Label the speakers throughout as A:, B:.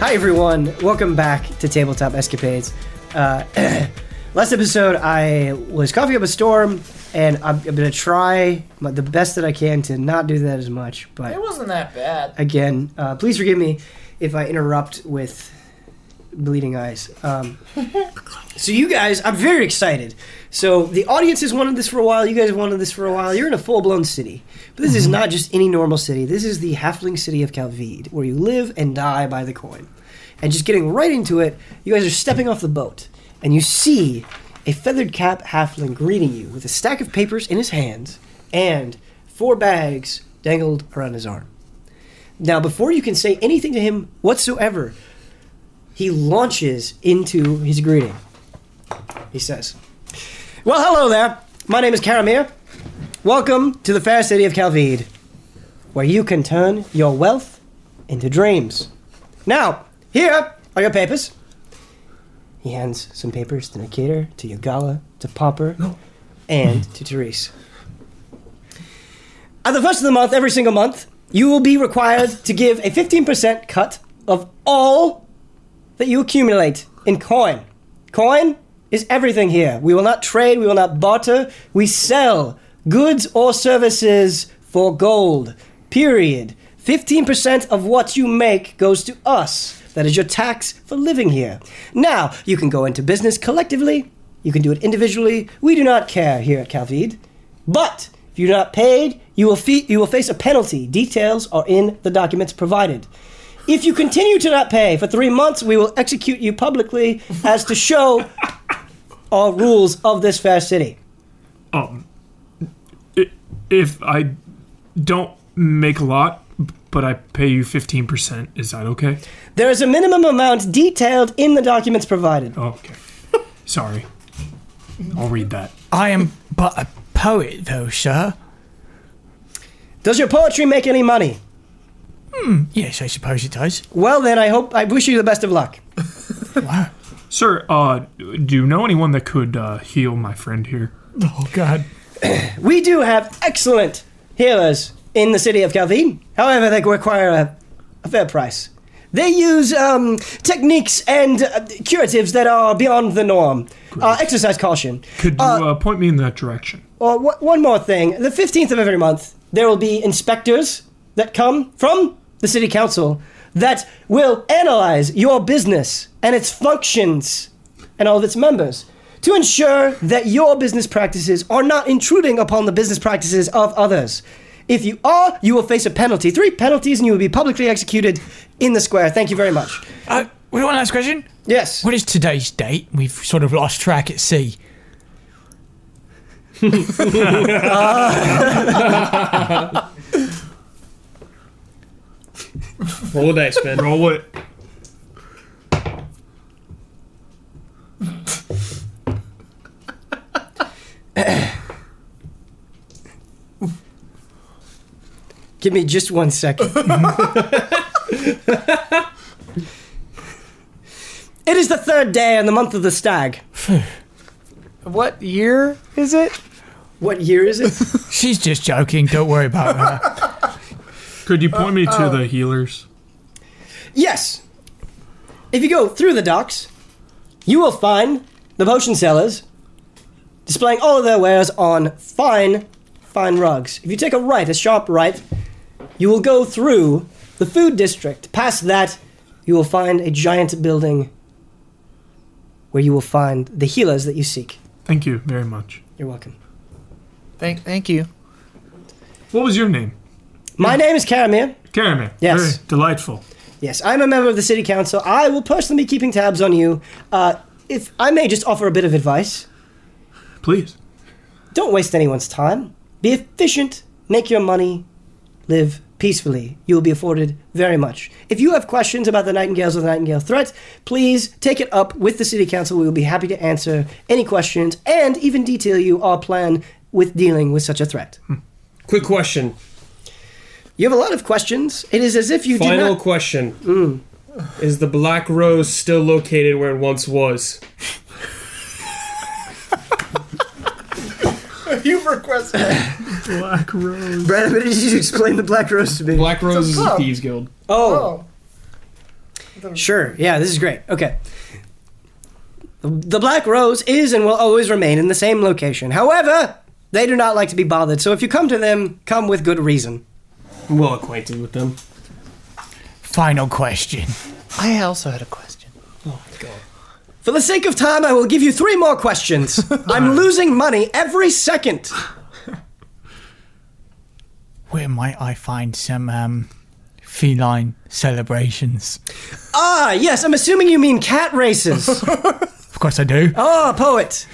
A: Hi, everyone. Welcome back to Tabletop Escapades. Uh, last episode, I was coughing up a storm, and I'm, I'm going to try my, the best that I can to not do that as much.
B: It
A: But
B: wasn't that bad.
A: again, uh, please forgive me if I interrupt with bleeding eyes. Um, so, you guys, I'm very excited. So, the audience has wanted this for a while. You guys have wanted this for a while. You're in a full blown city. But this is not just any normal city. This is the halfling city of Calvide, where you live and die by the coin and just getting right into it, you guys are stepping off the boat, and you see a feathered cap halfling greeting you with a stack of papers in his hands and four bags dangled around his arm. Now, before you can say anything to him whatsoever, he launches into his greeting. He says, Well, hello there. My name is Karamir. Welcome to the fair city of Calvide, where you can turn your wealth into dreams. Now, here are your papers. He hands some papers to Nikator, to Yogala, to Popper, and to Therese. At the first of the month, every single month, you will be required to give a 15% cut of all that you accumulate in coin. Coin is everything here. We will not trade, we will not barter, we sell goods or services for gold. Period. 15% of what you make goes to us. That is your tax for living here. Now, you can go into business collectively, you can do it individually. We do not care here at Calvide. But if you're not paid, you will, fe- you will face a penalty. Details are in the documents provided. If you continue to not pay for three months, we will execute you publicly as to show all rules of this fair city.
C: I- if I don't make a lot, but I pay you 15%, is that okay?
A: There is a minimum amount detailed in the documents provided.
C: Oh, okay. Sorry. I'll read that.
D: I am but a poet, though, sir.
A: Does your poetry make any money?
D: Yes, I suppose it does.
A: Well, then, I hope I wish you the best of luck.
D: Wow.
C: Sir, uh, do you know anyone that could uh, heal my friend here?
D: Oh, God.
A: We do have excellent healers in the city of Calvin. However, they require a, a fair price. They use um, techniques and uh, curatives that are beyond the norm. Uh, exercise caution.
C: Could you uh, point me in that direction?
A: Or wha- Oh, one more thing. The 15th of every month, there will be inspectors that come from the city council that will analyze your business and its functions and all of its members to ensure that your business practices are not intruding upon the business practices of others. If you are, you will face a penalty. Three penalties and you will be publicly executed in the square. Thank you very much.
D: Uh, we want last question.
A: Yes.
D: What is today's date? We've sort of lost track at sea.
E: Roll a dice, man.
C: Roll it.
A: Give me just one second. it is the third day in the month of the stag.
D: What year is it?
A: What year is it?
D: She's just joking. Don't worry about her.
C: Could you point me to the healers?
A: yes. If you go through the docks, you will find the potion sellers displaying all of their wares on fine, fine rugs. If you take a right, a sharp right, you will go through the food district. Past that, you will find a giant building where you will find the healers that you seek.
C: Thank you very much.
A: You're welcome.
B: Thank, thank you.
C: What was your name?
A: My name is Karamir.
C: Karaman.
A: Yes.
C: Very delightful.
A: Yes, I'm a member of the city council. I will personally be keeping tabs on you. Uh, if I may just offer a bit of advice,
C: Please.
A: don't waste anyone's time. Be efficient, make your money, live peacefully. You will be afforded very much. If you have questions about the Nightingales or the Nightingale threat, please take it up with the city council. We will be happy to answer any questions and even detail you our plan with dealing with such a threat.
E: Quick question.
A: You have a lot of questions. It is as if you did
E: Final
A: not.
E: question. Is the Black Rose still located where it once was?
B: You've requested.
C: Black Rose.
A: Brad, did you explain the Black Rose to me?
E: Black Rose is
B: a
E: a
B: pub.
E: thieves guild.
A: oh.
B: Oh. them.
A: Sure. Yeah, this is great. Okay. The Black Rose is and will always remain in the same location. However, they do not like to be bothered, so if you come to them, come with good reason.
E: We'll acquaint you with them.
D: Final question.
B: I also had a question.
A: For the sake of time, I will give you three more questions. I'm losing money every second.
D: Where might I find some um, feline celebrations?
A: Ah, yes, I'm assuming you mean cat races.
D: Of course I do.
B: Oh.
A: Ah, poet.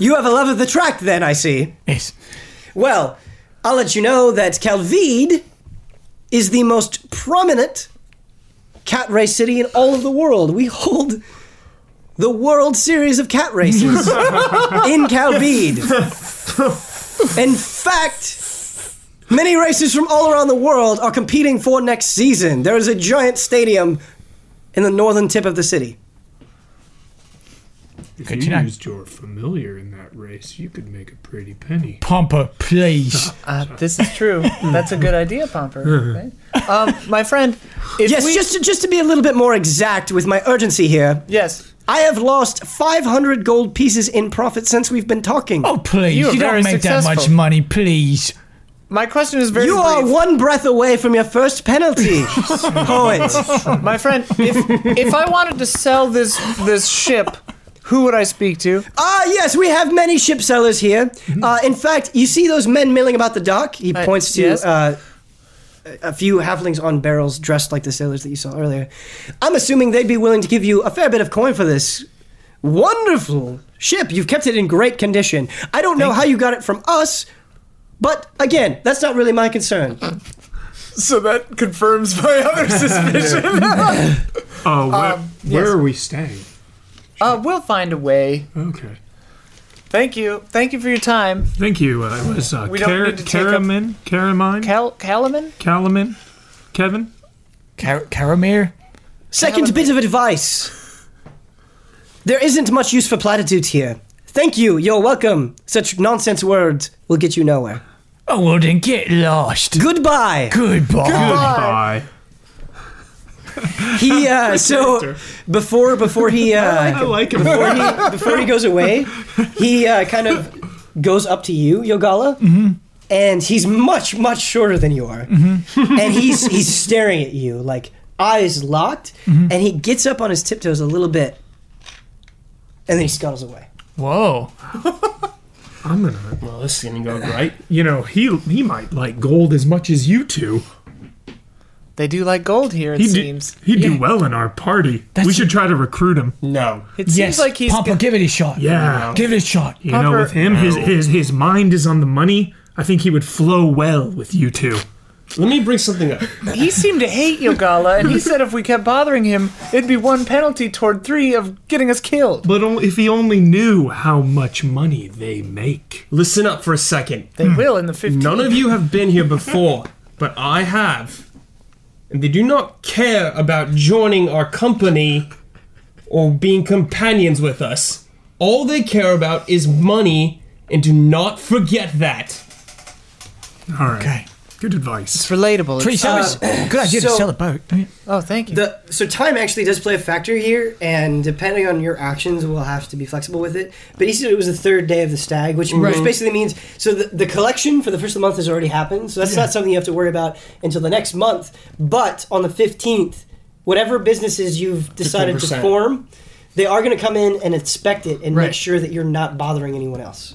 A: You have a love of the track, then, I see.
D: Yes.
A: Well, I'll let you know that Calvide is the most prominent cat race city in all of the world. We hold the World Series of Cat Races in Calvide. In fact, many races from all around the world are competing for next season. There is a giant stadium in the northern tip of the city.
C: If
D: Good
C: you
D: to know.
C: used your familiar in that race, you could make a pretty penny.
D: Pomper, please.
B: Uh, this is true. That's a good idea, Pomper. Right? Um, my friend, if
A: Yes,
B: we-
A: just to, just to be a little bit more exact with my urgency here,
B: yes,
A: I have lost 500 gold pieces in profit since we've been talking.
D: Oh, please.
B: You
D: You,
B: were very
D: don't make that much
B: successful.
D: money, please.
B: my question is very.
A: you are
B: brief.
A: one breath away from your first penalty, poet.
B: my friend. If if I wanted to sell this this ship, who would I speak to?
A: Ah, yes, we have many ship sellers here. Uh, in fact, you see those men milling about the dock? He
B: Mm-hmm. Uh,
A: points to
B: yes.
A: uh, a a few halflings on barrels dressed like the sailors that you saw earlier. I'm assuming they'd be willing to give you a fair bit of coin for this wonderful ship. You've kept it in great condition. I don't know how you got it from us, but again, that's not really my concern.
B: So that confirms my other suspicion.
C: Oh, where,
B: Um,
C: where
B: yes.
C: are we staying?
B: uh, we'll find a way.
C: Okay.
B: Thank you. Thank you for your time,
C: Thank you. Uh, it was uh,
B: We don't
C: Car-
B: need to take up-
C: Karamin, Karamine,
B: Cal Calaman.
C: Kalaman, Kevin.
D: Car- Caramir?
A: Second bit of advice. There isn't much use for platitudes here. Thank you, you're welcome. Such nonsense words will get you nowhere.
D: Oh, well, then get lost.
A: Goodbye.
D: Goodbye.
C: Goodbye.
A: He uh, so before before he
C: I
A: uh,
C: like him.
A: before he before he goes away, he uh, kind of goes up to you, Yogala,
C: Mm-hmm.
A: and he's much much shorter than you are,
C: Mm-hmm.
A: and he's he's staring at you like eyes locked,
C: Mm-hmm.
A: and he gets up on his tiptoes a little bit, and then he scuttles away.
D: Whoa.
C: I'm gonna.
E: Well, this is gonna go right.
C: You know, he he might like gold as much as you two.
B: They do like gold here. It
C: He
B: seems.
C: do, he'd do well in our party. we
D: That's-
C: should try to recruit him.
E: No.
B: It
D: Yes.
B: seems like he's.
D: Pomper,
B: got-
D: give it a shot.
C: Yeah.
D: Give it a shot.
C: You know, with him, his, his his mind is on the money. I think he would flow well with you two.
E: Let me bring something up.
B: he seemed to hate Yogala, and he said if we kept bothering him, it'd be one penalty toward three of getting us killed.
C: But only, if he only knew how much money they make.
E: Listen up for a second.
B: They will in the 15th.
E: None of you have been here before, but I have. And they do not care about joining our company or being companions with us. All they care about is money, and do not forget that.
C: All right.
D: Okay.
C: Good advice.
B: It's relatable.
D: Pretty
B: It's-
D: sure it's- good idea
A: so-
D: to sell a boat. don't you?
B: oh, thank you.
A: The so time actually does play a factor here, and depending on your actions, we'll have to be flexible with it. But he said it was the third day of the stag, which, which basically means so the, the collection for the first of the month has already happened, so that's not something you have to worry about until the next month. But on the fifteenth, whatever businesses you've decided to
E: 10%.
A: form, they are going to come in and inspect it and make
B: Right.
A: sure that you're not bothering anyone else.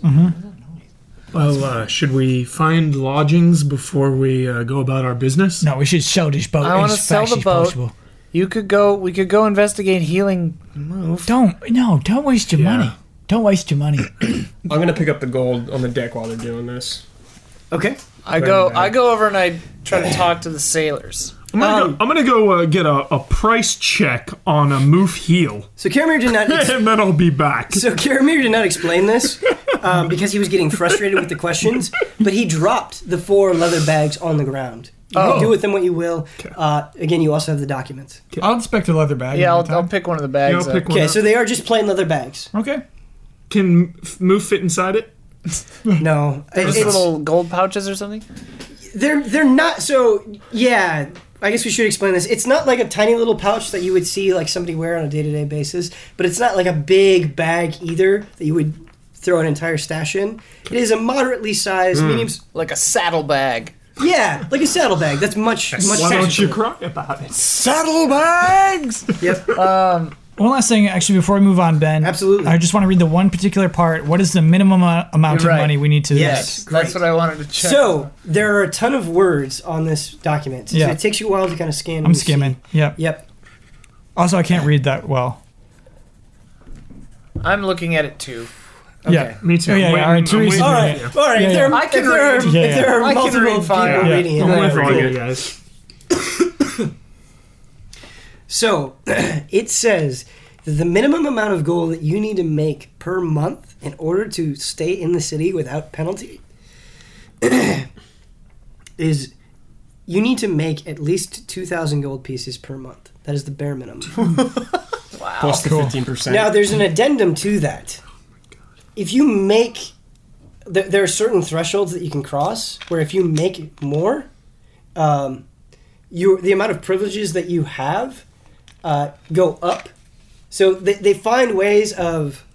C: Well, uh, should we find lodgings before we uh, go about our business?
D: No, we should sell this boat
B: I wanna
D: as
B: sell
D: fast
B: the
D: as
B: boat.
D: possible.
B: you could go. We could go investigate healing move.
D: Don't no, don't waste your
C: Yeah.
D: money. Don't waste your money.
E: I'm gonna pick up the gold on the deck while they're doing this.
A: Okay.
B: I go. I go over and I try to talk to the sailors.
C: I'm gonna go, I'm gonna go uh, get a, a price check on a moof heel,
A: So Karamir did not
C: and then I'll be back.
A: So Karamir did not explain this um, because he was getting frustrated with the questions, but he dropped the four leather bags on the ground. You can do with them what you will. Uh, again, you also have the documents.
D: I'll inspect a leather bag.
B: Yeah, I'll, I'll pick one of the bags.
C: Yeah, I'll
B: up.
C: pick one
A: Okay,
C: up.
A: so they are just plain leather bags.
D: Okay.
C: Can f- move fit inside it?
A: No,
B: Just
A: it's-
B: little gold pouches or something.
A: They're they're not so yeah. I guess we should explain this. It's not like a tiny little pouch that you would see like somebody wear on a day to day basis, but it's not like a big bag either that you would throw an entire stash in. It is a moderately sized, medium.
B: Like a saddlebag.
A: Yeah, like a saddlebag. That's much much.
C: Why don't you
A: fashionable.
C: cry about it?
B: Saddlebags!
A: Yep.
D: One last thing, actually, before we move on, Ben.
A: Absolutely.
D: I just want to read the one particular part. What is the minimum uh, amount
B: You're
D: of
B: right.
D: money we need to?
A: Yes.
B: That's what I wanted to check.
A: So there are a ton of words on this document. So
D: Yeah.
A: it takes you a while to kind of scan.
D: I'm
A: and see.
D: skimming. Yep.
A: Yep.
D: Also, I can't read that well.
B: I'm looking at it too.
D: Yeah.
C: Me too.
D: Oh, yeah,
C: I'm
D: yeah,
C: waiting-
D: all right,
C: I'm
D: Therese
C: waiting-
D: is
A: All
D: reading
A: right.
D: it.
A: All right.
D: Yeah,
A: If there, are-
D: yeah.
B: I can
A: if there are,
B: read.
A: if
D: Yeah,
A: there are
B: yeah. I can
A: multiple
B: read
A: people
B: fine.
C: Yeah.
A: reading it,
C: I'm waiting
A: that'd
C: for
A: be
C: all
A: cool.
C: you guys.
A: So it says that the minimum amount of gold that you need to make per month in order to stay in the city without penalty is you need to make at least 2,000 gold pieces per month. That is the bare minimum.
E: Plus the
D: Cool.
E: fifteen percent.
A: now, there's an addendum to that. If you make, th- there are certain thresholds that you can cross where if you make more, um, you, the amount of privileges that you have uh, go up. So they, they find ways of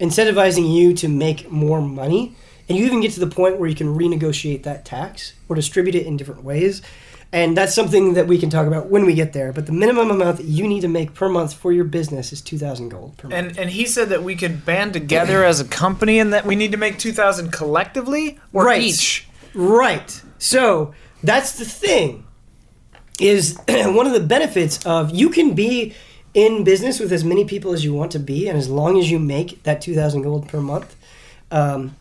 A: incentivizing you to make more money. And you even get to the point where you can renegotiate that tax or distribute it in different ways. And that's something that we can talk about when we get there. But the minimum amount that you need to make per month for your business is 2,000 gold per month.
B: And and he said that we could band together as a company and that we need to make 2,000 collectively or
A: Right.
B: each.
A: Right. So that's the thing. Is one of the benefits of you can be in business with as many people as you want to be, and as long as you make that two thousand gold per month, um,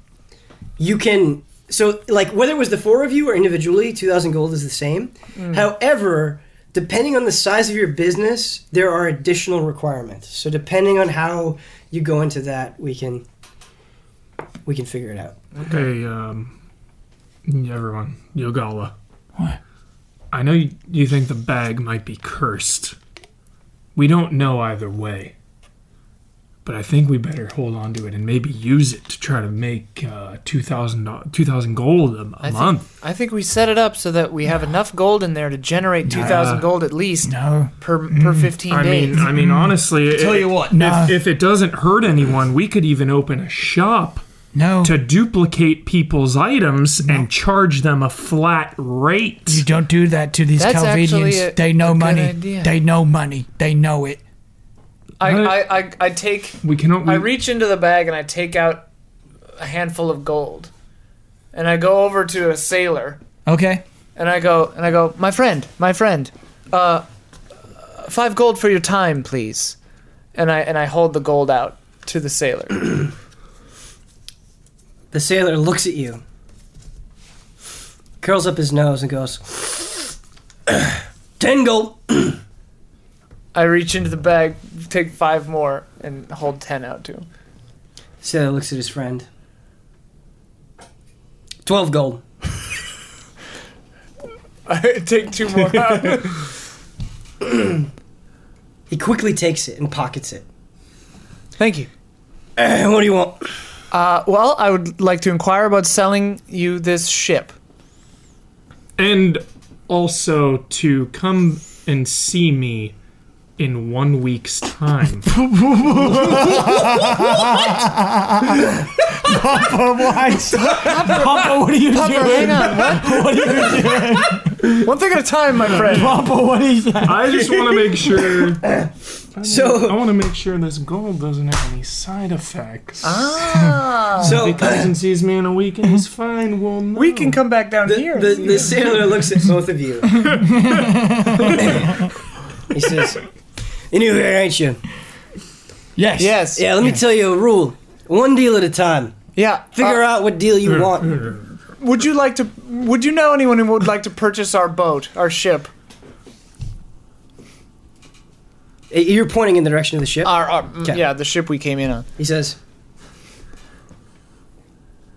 A: you can. So, like whether it was the four of you or individually, two thousand gold is the same. However, depending on the size of your business, there are additional requirements. So, depending on how you go into that, we can we can figure it out.
C: Hey, um, everyone, Yogala. What? I know you, you think the bag might be cursed. We don't know either way. But I think we better hold on to it and maybe use it to try to make uh, 2000 do- 2000 gold a, a
B: I think-
C: month.
B: I think we set it up so that we have enough gold in there to generate 2,000 gold at least
D: No.
B: per per 15
C: I
B: days.
C: mean, I mean, honestly,
E: Tell
C: it-
E: you what,
D: No.
C: if, if it doesn't hurt anyone, we could even open a shop
D: No.
C: to duplicate people's items and charge them a flat rate.
D: You don't do that to these
B: That's actually
D: Calvedians.
B: a-
D: They
B: a
D: know
B: good
D: money.
B: idea.
D: They know money. They know it.
B: I, I, I, I take
C: We can o- we,
B: I reach into the bag and I take out a handful of gold. And I go over to a sailor
D: Okay.
B: and I go and I go, "My friend, my friend. Uh 5 gold for your time, please." And I and I hold the gold out to the sailor.
A: The sailor looks at you, curls up his nose, and goes, Ten gold.
B: I reach into the bag, take 5 more and hold 10 out to him.
A: Sailor looks at his friend. Twelve gold.
B: I take 2 more out.
A: He quickly takes it and pockets it.
B: Thank you.
A: "Eh, what do you want?
B: Uh, well, I would like to inquire about selling you this ship.
C: and also to come and see me in one week's time.
D: Papa, what are you doing?
B: Hang on, what? One thing at a time, my friend.
D: Papa, what is that?
C: I just want to make sure. I
A: So,
C: want to make sure this gold doesn't have any side effects.
B: Ah.
C: If
A: so
C: he comes and sees me in a week and he's fine, we'll know.
B: We can come back down
A: the,
B: here.
A: the, the sailor looks at both of you. he says, "You knew here, ain't you?
D: Yes.
B: yes.
A: Yeah. Let me tell you a rule. One deal at a time.
B: Yeah. Uh,
A: Figure out what deal you want."
B: Would you like to? Would you know anyone who would like to purchase our boat, our ship,
A: Eh, You're pointing in the direction of the ship.
B: our, our mm,
A: Okay.
B: yeah, the ship we came in on?
A: He says,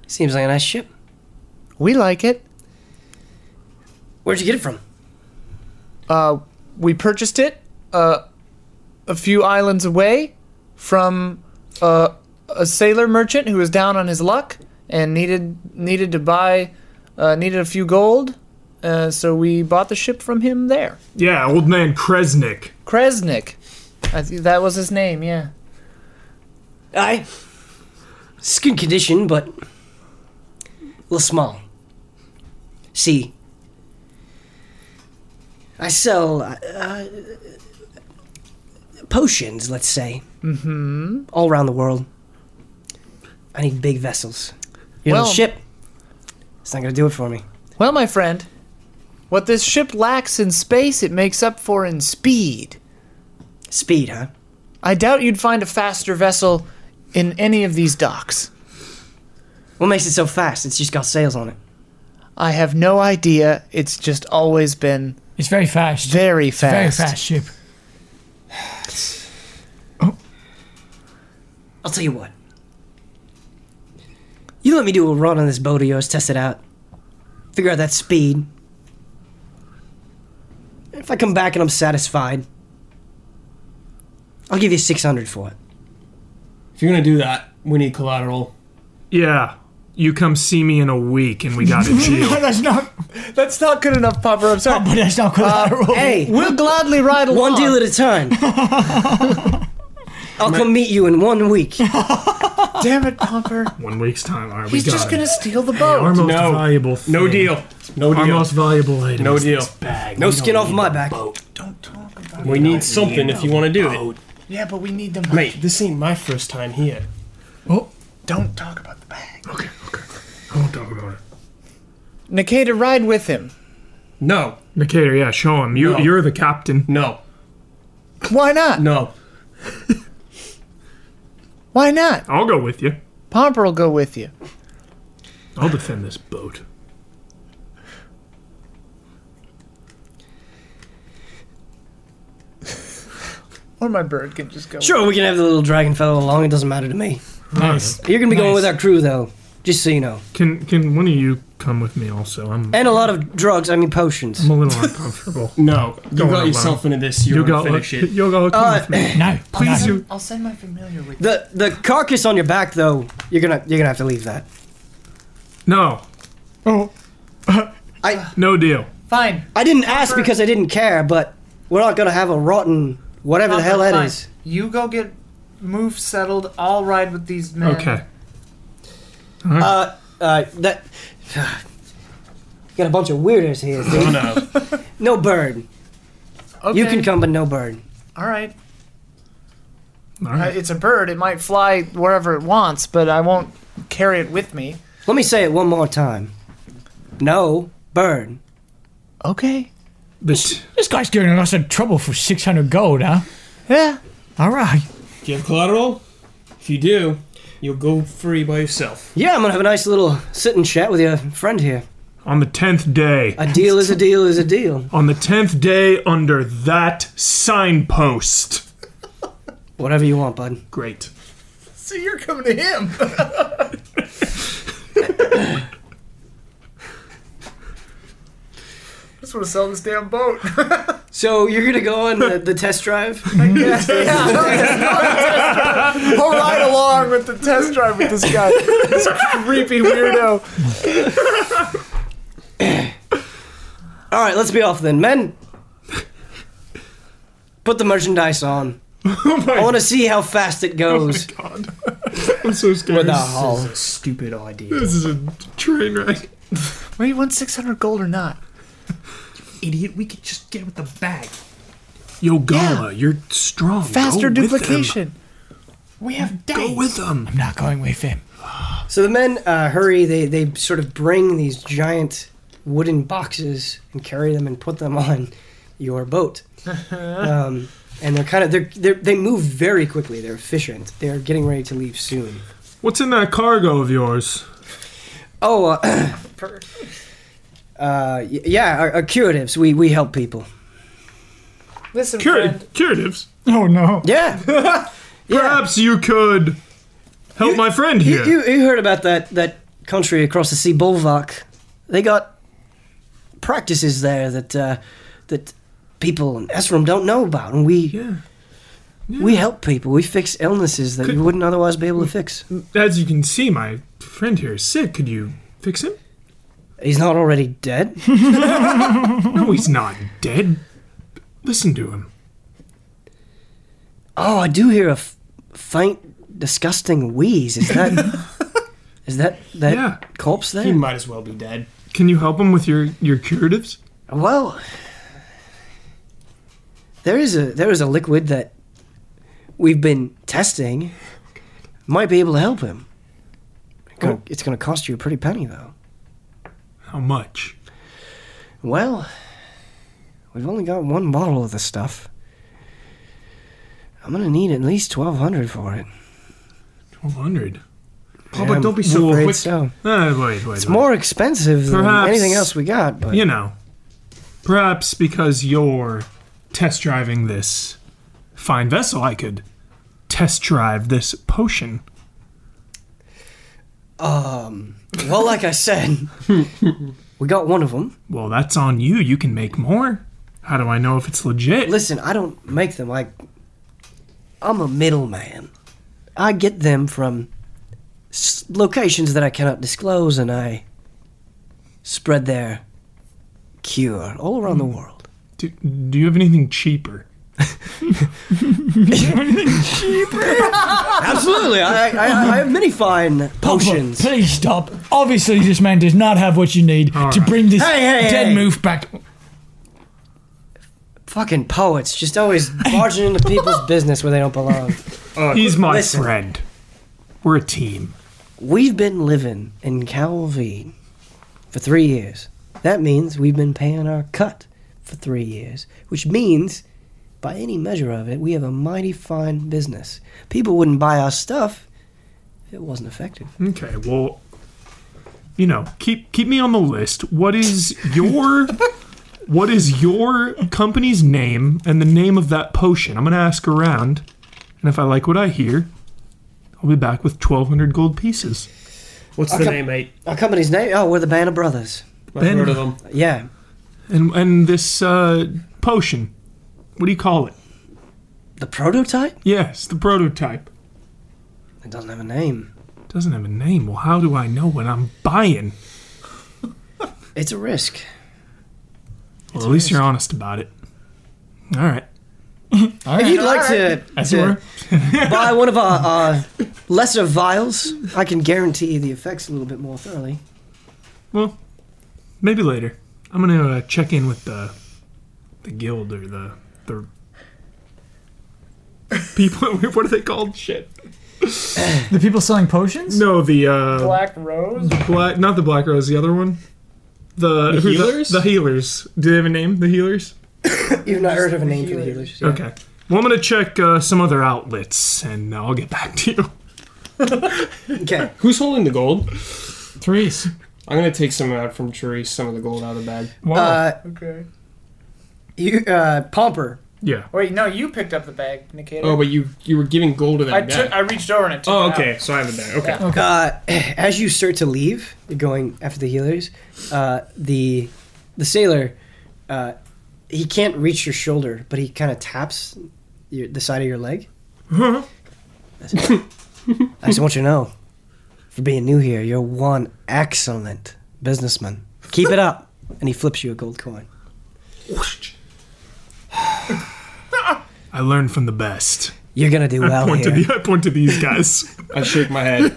A: Seems like a nice ship.
B: We like it.
A: Where'd you get it from?
B: Uh, we purchased it uh, a few islands away from uh, a sailor merchant who was down on his luck and needed needed to buy uh, needed a few gold, uh, so we bought the ship from him there.
C: Yeah, old man Kresnik.
B: Kresnik. I th- that was his name, yeah.
A: I. Skin condition, but. A little small. See. I sell. Uh, uh, potions, let's say. Mm hmm. All around the world. I need big vessels. Your
B: Well-
A: little ship. It's not gonna do it for me.
B: Well, my friend, what this ship lacks in space, it makes up for in speed.
A: Speed, huh?
B: I doubt you'd find a faster vessel in any of these docks.
A: What makes it so fast? It's just got sails on it.
B: I have no idea. It's just always been
D: It's very fast.
B: very fast.
D: Very fast ship.
A: I'll tell you what. You let me do a run on this boat of yours, test it out, figure out that speed. If I come back and I'm satisfied, I'll give you 600 for it.
E: If you're gonna do that, we need collateral.
C: Yeah, you come see me in a week and we got a deal.
D: that's not.
B: That's not good enough, Papa. I'm sorry. Uh,
D: But that's not collateral.
A: Hey,
B: We'll gladly ride along.
A: one deal at a time. I'll come meet you in one week.
B: Damn it, Pomper.
C: One week's time. All right,
B: He's
C: we got
B: just
C: it.
B: gonna steal the
C: Our
B: boat.
C: most
E: No.
C: valuable.
E: No
C: thing.
E: deal. No
C: Our
E: deal.
C: most valuable item.
E: No
C: is
E: deal.
C: this Bag.
A: No
C: We
A: skin
C: don't
A: off
C: need
A: my
C: a
A: back.
C: boat.
D: Don't talk about
E: we need something if you want to do it.
D: Yeah, but we need the
E: Mate, this ain't my first time here.
D: Oh, don't talk about the bag.
C: Okay, okay. I won't talk about it.
B: Nikita, ride with him.
E: No,
C: Nikita, yeah, show him. You,
E: No.
C: You're the captain.
E: no,
B: Why not?
E: no.
B: Why not?
C: I'll go with you.
B: Pomper will go with you.
C: I'll defend this boat.
B: Or my bird can just go.
A: Sure, we can have the little dragon fellow along, it doesn't matter to me.
C: Nice.
A: You're gonna be going
D: Nice.
A: with our crew, though, just so you know.
C: Can can one of you come with me also? I'm,
A: And a lot of drugs, I mean potions.
C: I'm a little uncomfortable.
E: No, you
C: Don't
E: got
C: worry
E: yourself into this. You're
C: Yoga, uh,
E: gonna finish it.
C: Yoga, come
A: Uh,
C: with me.
D: No,
C: Please,
D: no.
C: you.
B: I'll send my familiar with
A: The the carcass on your back though, you're gonna you're gonna have to leave that.
C: No,
D: Oh,
A: I
C: no deal.
B: Fine.
A: I didn't ask because I didn't care, but we're not gonna have a rotten whatever the hell that
B: Fine.
A: is.
B: You go get move settled. I'll ride with these men.
C: Okay.
A: Uh, uh, that got a bunch of weirdos here. dude.
E: Oh no.
A: No bird.
B: Okay.
A: You can come, but no bird.
B: All right. Uh,
C: All right.
B: It's a bird. It might fly wherever it wants, but I won't carry it with me.
A: Let me say it one more time. No bird.
B: Okay.
C: The t-
D: this guy's giving us in trouble for 600 gold, huh?
B: Yeah.
D: All right.
E: do you have collateral? If you do, you'll go free by yourself.
A: Yeah, I'm gonna have a nice little sit and chat with your friend here.
C: on the tenth day.
A: A deal is a deal is a deal.
C: On the tenth day, under that signpost.
A: Whatever you want, bud.
C: Great.
B: So you're coming to him. Just want to sell this damn boat.
A: So you're gonna go on the, the test drive?
B: I'll ride along with the test drive with this guy. This creepy weirdo.
A: All right, let's be off then, men. Put the merchandise on.
C: Oh my
A: I want to see how fast it goes
C: god. I'm so scared.
A: with a hull.
E: It's a stupid idea.
C: This is a train wreck.
B: Where you want 600 gold or not?
E: Idiot, we could just get with the bag.
C: Yoga, you're strong.
B: Faster
C: Go with them.
B: duplication.
D: We have
C: Go
D: days.
C: with them.
D: I'm not going with him.
A: So the men uh, hurry. They they sort of bring these giant wooden boxes and carry them and put them on your boat. um, and they're kind of they're, they're they move very quickly. They're efficient. They're getting ready to leave soon.
C: What's in that cargo of yours?
A: Oh, uh, uh, y- yeah, our, our curatives. We we help people.
B: Listen,
C: Cura-
B: friend.
C: curatives.
D: Oh, no.
A: Yeah. yeah.
C: Perhaps you could help my friend
A: You,
C: here.
A: you, you heard about that, that country across the sea, Bulvark. They got practices there that uh, that people in Esrom don't know about, and we
C: Yeah.
A: we help people. We fix illnesses that you wouldn't otherwise be able to fix.
C: As you can see, my friend here is sick. Could you fix him?
A: He's not already dead? Mm-hmm.
C: No, he's not dead. Listen to him.
A: Oh, I do hear a f- faint, disgusting wheeze. Is that. is that that
C: Yeah.
A: corpse
E: He
A: there?
E: might as well be dead.
C: Can you help him with your your curatives?
A: Well, there is a there is a liquid that we've been testing. Might be able to help him. Gonna- It's going to cost you a pretty penny, though.
C: How much?
A: Well, we've only got one bottle of this stuff. I'm going to need at least twelve hundred for it.
C: Twelve hundred.
A: Yeah,
C: Papa,
A: I'm-
C: Oh, don't be
A: I'm
C: so
A: afraid
C: quick.
A: so.
C: Ah, wait, wait,
A: It's
C: wait.
A: more expensive than
C: Perhaps-
A: anything else we got, but
C: You know, perhaps because you're test driving this fine vessel, I could test drive this potion.
A: um. Well, like I said, we got one of them.
C: Well, that's on you. You can make more. How do I know if it's legit?
A: Listen, I don't make them. I, I'm a middleman. I get them from s- locations that I cannot disclose, and I spread their cure all around the world.
C: Do, do you have anything cheaper?
A: Absolutely, I, I, I have many fine potions.
D: Please stop. Obviously, this man does not have what you need
C: All
D: to
C: right.
D: bring this
A: Hey, hey,
D: dead
A: hey.
D: move back.
A: Fucking poets, just always barging into people's business where they don't belong.
C: He's my
A: Uh, listen.
C: friend. We're a team.
A: We've been living in Calvine for three years. That means we've been paying our cut for three years, which means, by any measure of it, we have a mighty fine business. People wouldn't buy our stuff if it wasn't effective.
C: Okay, well, you know, keep keep me on the list. What is your what is your company's name and the name of that potion? I'm gonna ask around, and if I like what I hear, I'll be back with 1,200 gold pieces.
E: What's the
A: Okay.
E: name, mate?
A: Our company's name? Oh, we're the Band of Brothers.
E: I've
C: Ben.
E: heard of him.
A: Yeah.
C: And and this uh, potion, what do you call it?
A: The prototype?
C: Yes, the prototype
A: It doesn't have a name.
C: doesn't have a name. Well, how do I know what I'm buying?
A: It's a risk.
C: Well, at least you're honest about it. All right.
A: If you'd like to,
D: As
A: to
D: it were.
A: buy one of our, our lesser vials, I can guarantee you the effects a little bit more thoroughly.
C: Well, maybe later. I'm gonna uh, check in with the the guild or the the people. what are they called? Shit.
D: The people selling potions?
C: No, the uh,
B: Black Rose?
C: black- not the black rose. The other one. The,
E: The
C: who-
E: healers?
C: The, healers. Do they have a name? The healers.
A: You've not heard of a name for the healers.
C: Okay. Well, I'm gonna check uh, some other outlets, and uh, I'll get back to you.
A: Okay.
E: Who's holding the gold?
D: Therese.
E: I'm gonna take some out from Therese, some of the gold out of the bag.
C: Wow.
A: Uh,
B: Okay.
A: you, uh, Pomper.
C: yeah.
B: Wait, no, you picked up the bag, Nikita.
E: Oh, but you you were giving gold to that
B: I
E: guy.
B: took. I reached over and it took
E: oh,
B: it out.
E: okay. So I have it there. Okay.
B: Yeah.
A: Uh, as you start to leave, you're going after the healers. Uh, the the sailor, uh, he can't reach your shoulder, but he kind of taps your, the side of your leg. I just want you to know, for being new here, you're one excellent businessman. Keep it up, and he flips you a gold coin.
C: I learned from the best.
A: You're gonna do well
C: point
A: here.
C: to the, I point to these guys.
E: I shake my head.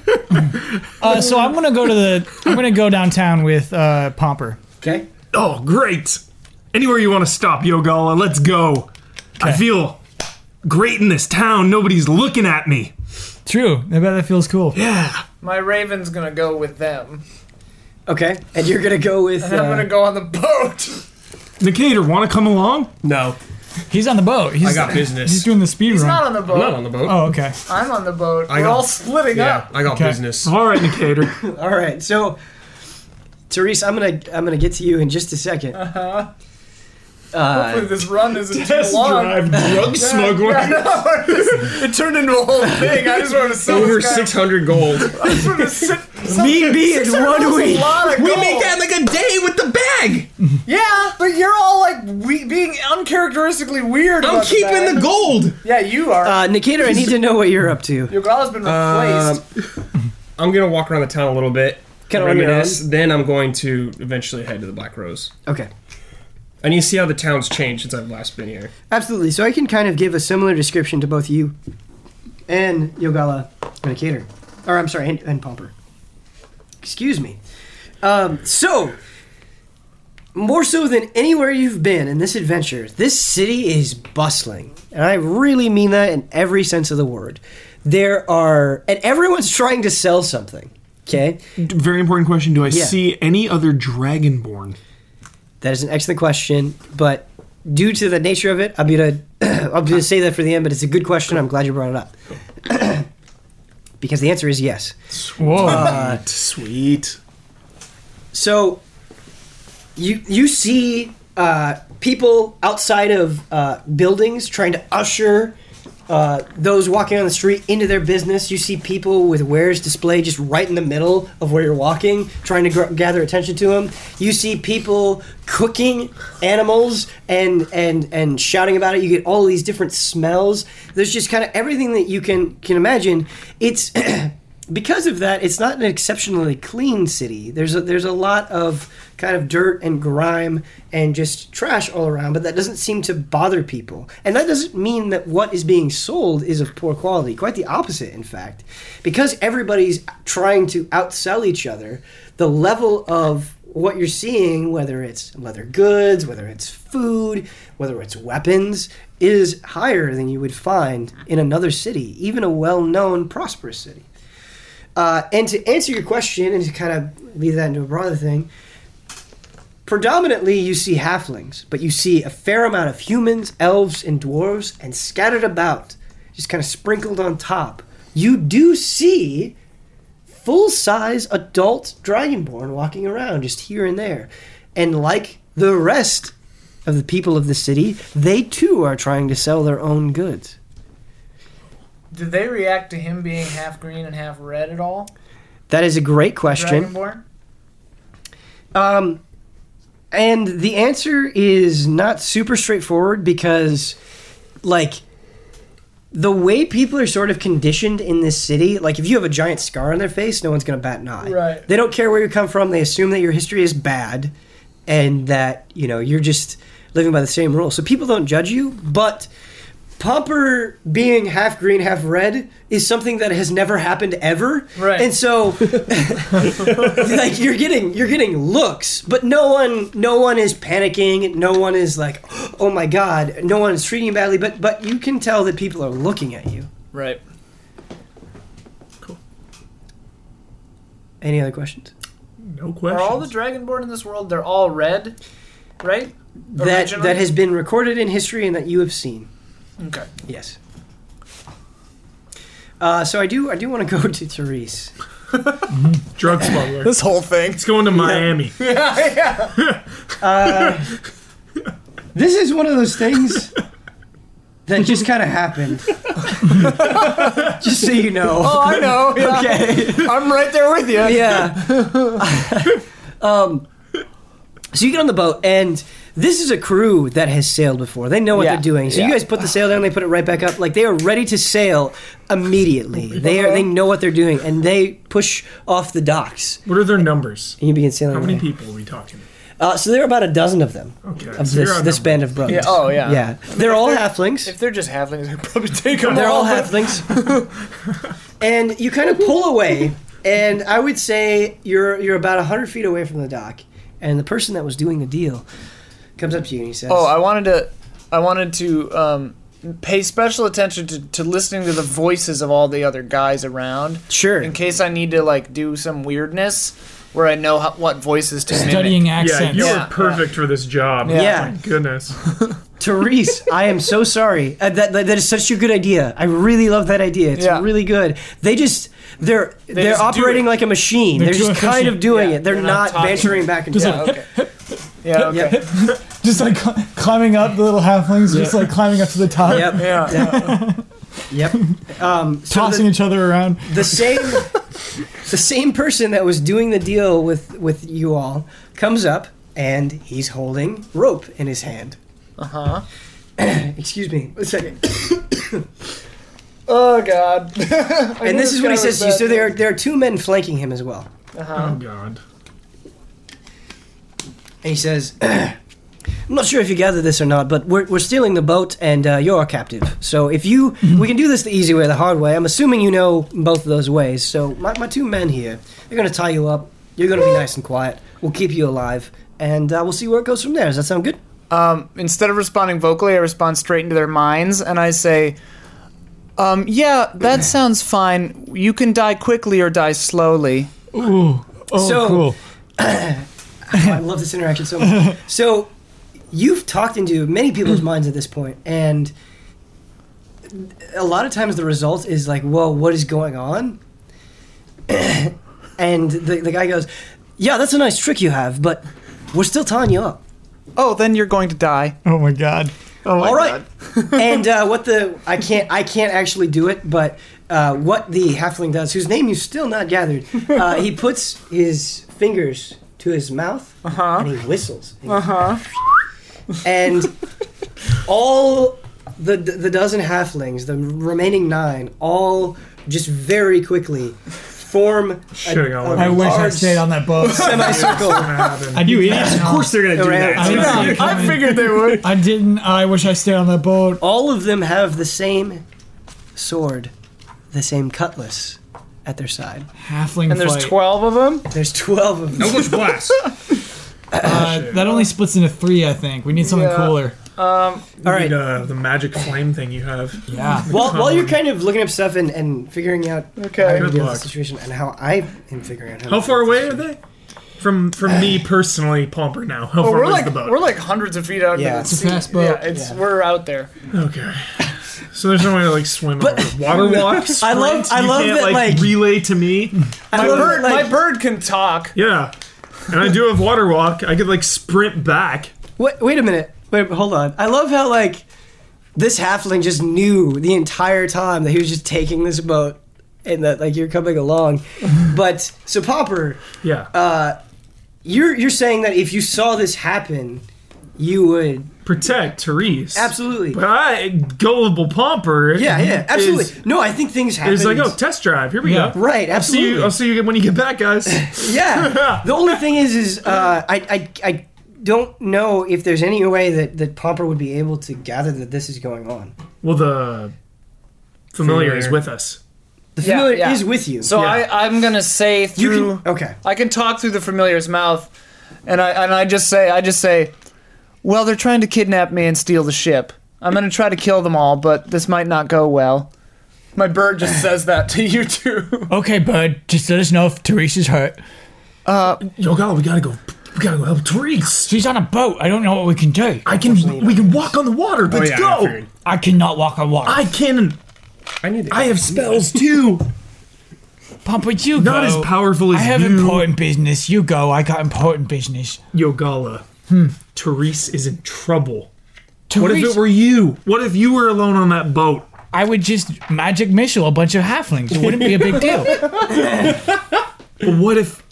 D: Uh, so I'm gonna go to the. I'm gonna go downtown with uh, Pomper.
A: okay.
C: Oh, great! Anywhere you want to stop, Yogala, let's go. I feel great in this town. Nobody's looking at me.
D: True. I bet that feels cool.
C: Yeah.
B: My Raven's gonna go with them,
A: Okay. And you're gonna go with.
B: and I'm
A: uh,
B: gonna go on the boat.
C: Nicator, want to come along?
E: No,
D: He's on the boat. He's,
E: I got
D: He's
E: business.
D: doing the speed
B: He's
D: run.
B: not on the boat.
E: I'm not on the boat.
D: oh, okay.
B: I'm on the boat.
E: I
B: We're
E: got-
B: all splitting
E: yeah,
B: up.
E: I got
D: Okay.
E: business.
C: All right, Nicator.
A: All right, so Therese, I'm gonna I'm gonna get to you in just a second. Uh, Uh-huh.
B: Hopefully this run isn't too long.
E: drug
B: Yeah, I know. it turned into a whole thing. I just wanted to sell
E: Over
B: this guy.
E: 600 gold.
B: I just wanted to sit.
A: me being one week.
B: We
E: like a day with the bag.
B: Yeah, but you're all like we- being uncharacteristically weird. about that.
E: gold.
B: Yeah, you are.
A: Uh, Nikita, I need to know what you're up to.
E: uh,
B: Your girl has been replaced.
E: I'm gonna walk around the town a little bit.
A: kind of on your own.
E: reminisce. Then I'm going to eventually head to the Black Rose.
A: Okay.
E: I need to see how the town's changed since I've last been here.
A: Absolutely. So I can kind of give a similar description to both you and Yogala and Akator. Or I'm sorry, and, and Pomper. Excuse me. Um, so, more so than anywhere you've been in this adventure, this city is bustling. And I really mean that in every sense of the word. There are, and everyone's trying to sell something. Okay?
C: Very important question. Do I
A: Yeah.
C: see any other Dragonborn?
A: That is an excellent question, but due to the nature of it, I'm gonna I'm gonna say that for the end. But it's a good question. I'm glad you brought it up because the answer is yes.
C: Whoa. sweet.
A: So you you see uh, people outside of uh, buildings trying to usher uh, those walking on the street into their business. You see people with wares displayed just right in the middle of where you're walking, trying to gr- gather attention to them. You see people cooking animals and and and shouting about it. You get all these different smells. There's just kind of everything that you can can imagine. It's because of that, it's not an exceptionally clean city. There's a, there's a lot of kind of dirt and grime and just trash all around, but that doesn't seem to bother people. And that doesn't mean that what is being sold is of poor quality. Quite the opposite, in fact. Because everybody's trying to outsell each other, the level of what you're seeing, whether it's leather goods, whether it's food, whether it's weapons, is higher than you would find in another city, even a well known, prosperous city. Uh, and to answer your question, and to kind of leave that into a broader thing, predominantly you see halflings, but you see a fair amount of humans, elves, and dwarves, and scattered about, just kind of sprinkled on top. You do see full size adult dragonborn walking around just here and there. And like the rest of the people of the city, they too are trying to sell their own goods.
B: Did they react to him being half green and half red at all?
A: That is a great question.
B: Dragonborn?
A: Um, and the answer is not super straightforward because, like, the way people are sort of conditioned in this city, like, if you have a giant scar on their face, no one's going to bat an eye.
B: Right.
A: They don't care where you come from. They assume that your history is bad and that, you know, you're just living by the same rules. So people don't judge you, but. Pomper being half green, half red is something that has never happened ever.
B: Right.
A: And so like you're getting you're getting looks, but no one no one is panicking. No one is like, oh my god. No one is treating you badly. But but you can tell that people are looking at you.
B: Right.
A: Any other questions?
C: No
B: Are
C: question.
B: all the dragonborn in this world? They're all red, right?
A: That
B: Originally?
A: that has been recorded in history and that you have seen.
B: Okay.
A: Yes. Uh, so I do I do want to go to Therese.
C: drug smuggler?
F: This whole thing.
C: it's going to Miami.
A: This is one of those things that just kind of happened. just so you know.
F: Oh, I know. Yeah.
A: okay.
F: I'm right there with you.
A: yeah. um, so you get on the boat, and this is a crew that has sailed before. They know what
B: Yeah,
A: they're doing. So
B: yeah.
A: you guys put the sail down, they put it right back up. Like they are ready to sail immediately. They are. They know what they're doing, and they push off the docks.
C: What are their numbers?
A: And you begin sailing.
C: How many
A: away.
C: people are we talking?
A: Uh, so there are about a dozen of them
C: Okay.
A: of
C: so you're
A: this this
C: outnumbered.
A: band of brothers.
B: Yeah, oh, yeah.
A: Yeah. They're all halflings.
B: If they're just halflings, I'd probably take them.
A: They're all
B: but-
A: halflings. and you kind of pull away, and I would say you're you're about hundred feet away from the dock, and the person that was doing the deal comes up to you and he says,
B: Oh, I wanted to, I wanted to um, pay special attention to, to listening to the voices of all the other guys around,
A: sure."
B: in case I need to like do some weirdness where I know how, what voices to mimic.
D: Studying
C: Yeah,
D: accents.
C: you
B: Yeah,
C: are perfect for this job.
A: Yeah.
C: Oh my goodness.
A: Therese, I am so sorry. Uh, that, that that is such a good idea. I really love that idea. It's
B: Yeah.
A: really good. They just they're they are
B: just do
A: operating
B: it.
A: like a machine. They're,
D: They're too
A: just kind of
D: efficient.
A: doing
B: Yeah,
A: it. They're,
B: they're not
A: not,
B: talking.
A: bantering back and
D: Just
A: forth.
B: Yeah, Oh, okay. Yeah, okay.
A: Yep.
D: Just like cl- climbing up, the little halflings, just like climbing up to the top,
A: Yep.
B: Yeah.
A: Yep. Um, so the-
D: tossing each other around.
A: the same the same person that was doing the deal with with you all comes up and he's holding rope in his hand
B: Uh-huh.
A: excuse me one second
B: Oh god. Oh,
A: and this is what he says to you so there are, there are two men flanking him as well
C: Oh God.
A: And he says, I'm not sure if you gathered this or not, but we're, we're stealing the boat and uh, you're our captive. So if you, we can do this the easy way, the hard way. I'm assuming you know both of those ways. So my, my two men here, they're going to tie you up. You're going to be nice and quiet. We'll keep you alive. And uh, we'll see where it goes from there. Does that sound good?
B: Um, instead of responding vocally, I respond straight into their minds and I say, um, Yeah, that sounds fine. You can die quickly or die slowly.
A: Oh, so, cool. I love this interaction so much. So, you've talked into many people's minds at this point, and a lot of times the result is like, whoa, what is going on? and the, the guy goes, yeah, that's a nice trick you have, but we're still tying you up.
B: Oh, then you're going to die.
D: Oh my god.
A: All right. and uh, what the I can't I can't actually do it, but uh, what the halfling does, whose name you still not gathered, uh, he puts his fingers to his mouth and he whistles. Uh huh. And all the the dozen halflings, the remaining nine, all just very quickly form a,
C: Should've gone with
D: I
C: it.
D: wish I
A: large
D: stayed on that boat.
A: semicircle.
D: I you idiots.
E: Of course they're gonna do
A: Around-
E: that.
D: I, I figured they would. I didn't. I wish I stayed on that boat.
A: all of them have the same sword, the same cutlass at their side.
D: Halfling
B: And there's
D: fight.
B: 12 of them?
A: There's 12 of them.
E: Which blast?
D: Uh, that only splits into three, I think. We need something
B: Yeah.
D: cooler.
A: All right.
C: Need, uh, the magic flame thing you have.
D: Yeah.
A: While, while you're kind of looking up stuff and, and figuring out
B: Okay.
A: how to
C: Good
A: deal with
C: luck.
A: the situation and how I am figuring out how,
C: How
A: to-
C: far away are they? From from me personally, Pomper. Now, how
B: Oh,
C: far
B: we're
C: is
B: like
C: the boat?
B: we're like hundreds of feet out.
A: Yeah.
B: into the
A: It's a
B: sea.
D: fast boat.
B: Yeah, it's we're out there.
C: Okay. So there's no way to like swim
A: But-
C: over. water walk. Sprint,
A: I love- I
C: you
A: love
C: can't,
A: that, like-
C: relay to me.
A: I
B: My
A: love
B: bird,
A: that, like,
B: my bird can talk.
C: Yeah, and I do have water walk. I could like sprint back.
A: wait, wait a minute. Wait, hold on. I love how like this halfling just knew the entire time that he was just taking this boat and that like you're coming along. but so Popper,
C: Yeah,
A: Uh, you're you're saying that if you saw this happen, you would
C: protect Therese.
A: absolutely.
C: But I gullible Pomper.
A: Yeah, yeah, absolutely.
C: Is,
A: no, I think things happen.
C: is like oh test drive. Here we
D: Yeah.
C: go.
A: right,
C: See
A: absolutely.
C: you. I'll see you when you get back, guys.
A: Yeah. the only thing is, is uh, I, I, I don't know if there's any way that, that Pomper would be able to gather that this is going on.
C: well, the familiar, is with us.
A: The
B: Yeah,
A: familiar
B: yeah.
A: is with you.
B: So
C: Yeah.
B: I I'm gonna say
A: you
B: through.
A: can okay.
B: I can talk through the familiar's mouth, and I and I just say I just say, well, they're trying to kidnap me and steal the ship. I'm gonna try to kill them all, but this might not go well. My bird just says that to you too.
D: Okay, bud. Just let us know if Teresa's hurt.
C: Yo, God, we gotta go. We gotta go help Therese.
D: She's on a boat. I don't know what we can do.
C: I can. We can walk on the water. Let's
E: Oh, yeah, I
C: go.
E: figured.
D: I cannot walk on water.
C: I can.
E: I need to
C: I have spells too.
D: Pump with you
C: Not
D: go.
C: as powerful as
D: I have
C: you.
D: important business. You go. I got important business.
C: Yogala. Therese is in trouble. What if
D: Therese-
C: it were you? What if you were alone on that boat?
D: I would just magic missile a bunch of halflings. It wouldn't be a big deal.
C: But what if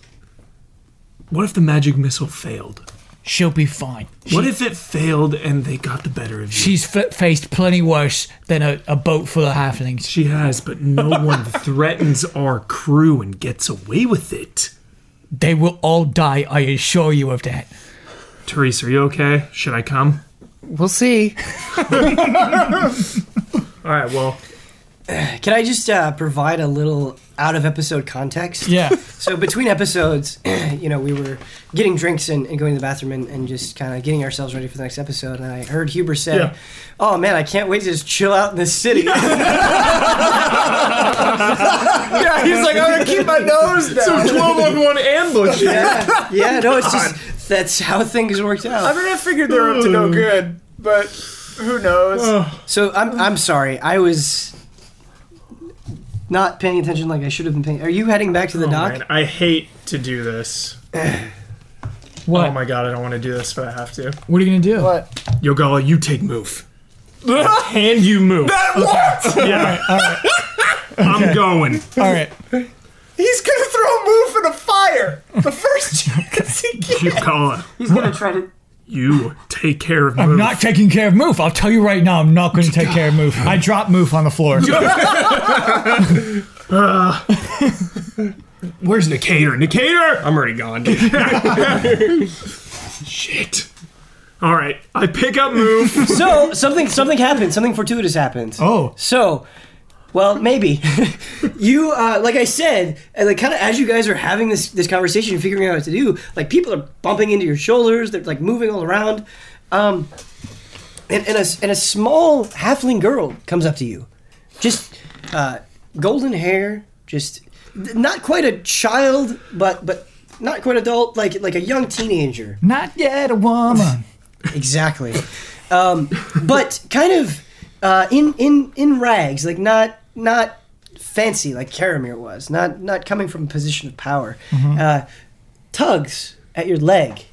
C: what if the magic missile failed?
D: She'll be fine.
C: What if it failed and they got the better of you?
D: She's f- faced plenty worse than a, a boat full of halflings.
C: She has, but no one threatens our crew and gets away with it.
D: They will all die. I assure you of that.
C: Therese, are you okay? Should I come?
B: We'll see.
C: All right, well,
A: Can I just uh, provide a little out of episode context?
D: Yeah.
A: So between episodes, you know, we were getting drinks and, and going to the bathroom and, and just kind of getting ourselves ready for the next episode. And I heard Huber say,
C: Yeah.
A: "Oh man, I can't wait to just chill out in this city."
B: yeah, he's like I'm gonna keep my nose down.
C: 12 on 1 ambush.
A: yeah, yeah, no, it's just that's how things worked out.
B: I mean, I figured they were up to no good, but who knows?
A: So I'm I'm sorry. I was not paying attention like I should have been paying. Are you heading back to the dock?
C: I hate to do this.
D: What?
C: Oh my god, I don't want to do this, but I have to.
D: what are you gonna do?
B: What?
C: Yogala, you take move. and you move. Yeah. I'm going.
D: All right.
B: He's gonna throw a move in a fire. The first chance he gets.
C: Yogala,
A: He's gonna try to.
C: you take care of
D: I'm
C: move.
D: not taking care of Moof. I'll tell you right now, I'm not going to take care of Moof. I dropped Moof on the floor.
C: Uh, where's Nicator? Nicator!
E: I'm already gone.
C: Shit. All right, I pick up move.
A: So something something happened. Something fortuitous happened.
D: Oh.
A: So, well, maybe you uh, like I said, and like kind of as you guys are having this this conversation, and figuring out what to do. Like people are bumping into your shoulders. They're like moving all around. Um, and, and a s- and a small halfling girl comes up to you, just uh, golden hair, just th- not quite a child, but but not quite adult, like like a young teenager.
D: Not yet a woman.
A: Exactly. Um, but kind of uh, in in in rags, like not not fancy like Karamir was, not not coming from a position of power.
D: Mm-hmm.
A: Uh, tugs at your leg,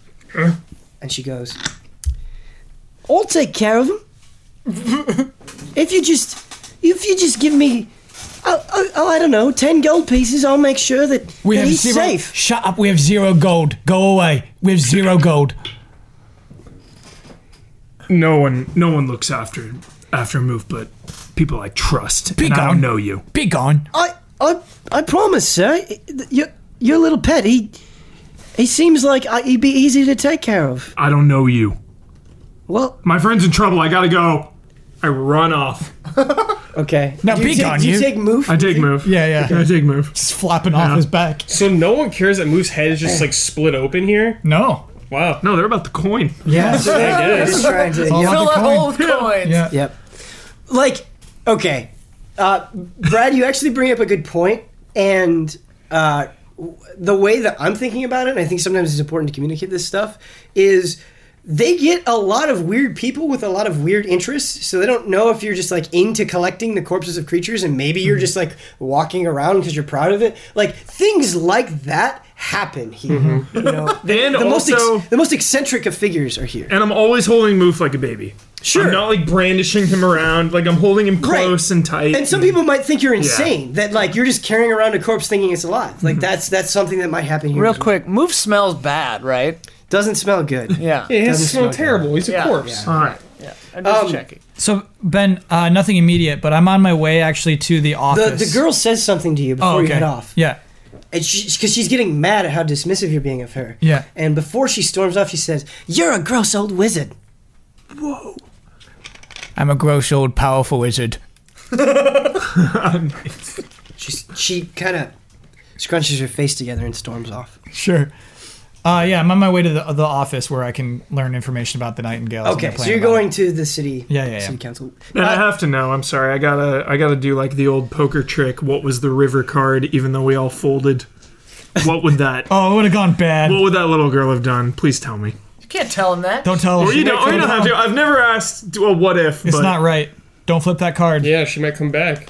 A: and she goes, "I'll take care of him if you just if you just give me." Oh, oh, oh, I don't know, ten gold pieces. I'll make sure that,
D: We
A: that
D: have
A: he's
D: zero.
A: safe.
D: Shut up. We have zero gold. Go away. We have zero gold.
C: no one, no one looks after after move, but people I trust. and I
D: gone.
C: don't know you.
D: Be gone.
A: I, I, I promise, sir. Your, your little pet, he, he seems like I, he'd be easy to take care of.
C: I don't know you.
A: Well,
C: My friend's in trouble. I gotta go. I run off.
A: okay.
D: Now
A: Do
D: be
A: take-
D: gone,
A: do
D: you.
A: take move.
C: I take move.
D: Yeah, yeah.
C: I take move.
D: Just flapping off his back.
E: so no one cares that Moose head is just like split open here.
D: No.
E: Wow.
C: No, they're about the coin.
D: Yeah.
E: I guess.
A: Just trying to.
D: All
A: yep.
D: right.
B: Fill that
D: coin.
B: hole with coins.
D: Yeah.
A: yep. Like, okay, uh, Brad, you actually bring up a good point, and uh, w- the way that I'm thinking about it, and I think sometimes it's important to communicate this stuff, is they get a lot of weird people with a lot of weird interests so they don't know if you're just like into collecting the corpses of creatures and maybe you're just like walking around because you're proud of it like things like that happen here
D: Mm-hmm.
A: you know the,
C: And
A: the most
C: also,
A: the most eccentric of figures are here
C: and I'm always holding move like a baby.
A: Sure.
C: I'm not like brandishing him around. Like I'm holding him
A: Right.
C: close and tight.
A: And some people might think you're insane that like you're just carrying around a corpse thinking it's alive.
G: Mhm.
A: Like that's that's something that might happen here.
B: Real
A: as well.
B: quick, move smells bad, right?
A: doesn't smell good.
B: Yeah.
E: It
A: Doesn't
E: has smelled
A: smell
E: terrible. He's a
B: Yeah.
E: corpse.
C: All right.
B: I'm just checking.
G: So Ben, uh, nothing immediate, but I'm on my way actually to the
A: The,
G: office.
A: the girl says something to you before
G: Oh,
A: you
G: okay.
A: head off,
G: Yeah.
A: and because she's getting mad at how dismissive you're being of her.
G: Yeah.
A: And before she storms off, she says, "You're a gross old wizard."
D: I'm a gross old powerful wizard.
A: She's, she kind of scrunches her face together and storms off.
G: Sure. Uh, yeah, I'm on my way to the, the office where I can learn information about the Nightingales. and
A: Okay,
G: their
A: so
G: plan
A: you're
G: about
A: going to the city.
G: Yeah, yeah,
A: City
G: yeah.
A: council.
C: And I have to know. I'm sorry. I gotta. I gotta do like the old poker trick. What was the river card? Even though we all folded. What would that?
G: it. Oh, it would have gone bad.
C: What would that little girl have done? Please tell me.
B: You can't tell him that.
G: don't tell
C: Or
G: her.
C: you don't. Or you don't have to. I've never asked. Well, what if?
G: It's
C: but,
G: not right. Don't flip that card.
E: Yeah, she might come back.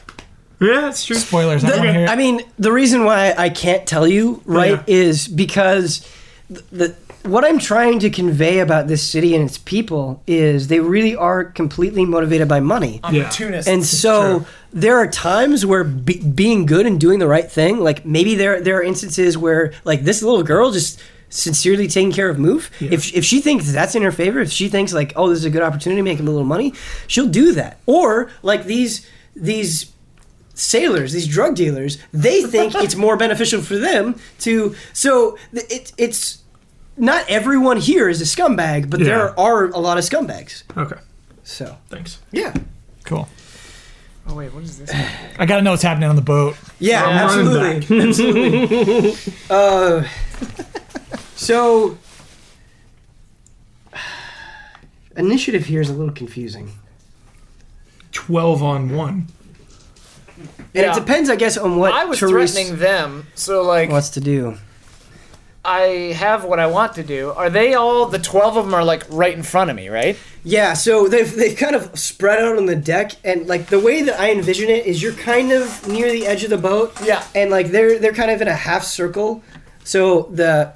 C: Yeah, it's true.
G: Spoilers. I don't want to hear.
A: I mean, the reason why I can't tell you, right,
C: Yeah.
A: is because th- the what I'm trying to convey about this city and its people is they really are completely motivated by money.
C: Yeah.
B: Opportunist.
A: And so there are times where be, being good and doing the right thing, like maybe there there are instances where like this little girl just sincerely taking care of Moof. If if she thinks that's in her favor, if she thinks like oh this is a good opportunity to make him a little money, she'll do that. Or like these these sailors, these drug dealers, they think it's more beneficial for them to. So th- it, it's not everyone here is a scumbag, but
C: Yeah.
A: there are a lot of scumbags.
C: Okay.
A: So
C: Thanks.
A: yeah,
G: Cool.
B: oh wait, what is this?
G: I gotta know what's happening on the boat.
A: yeah,
C: I'm running
A: absolutely, absolutely. uh, so initiative here is a little confusing.
C: Twelve on one.
A: And
B: Yeah.
A: it depends, I guess, on what
B: I was
A: Therese
B: threatening them, so like
A: wants to do.
B: I have what I want to do. Are they all the twelve of them are like right in front of me, right?
A: Yeah, so they've, they've kind of spread out on the deck, and like the way that I envision it is you're kind of near the edge of the boat.
B: Yeah.
A: and like they're they're kind of in a half circle, so the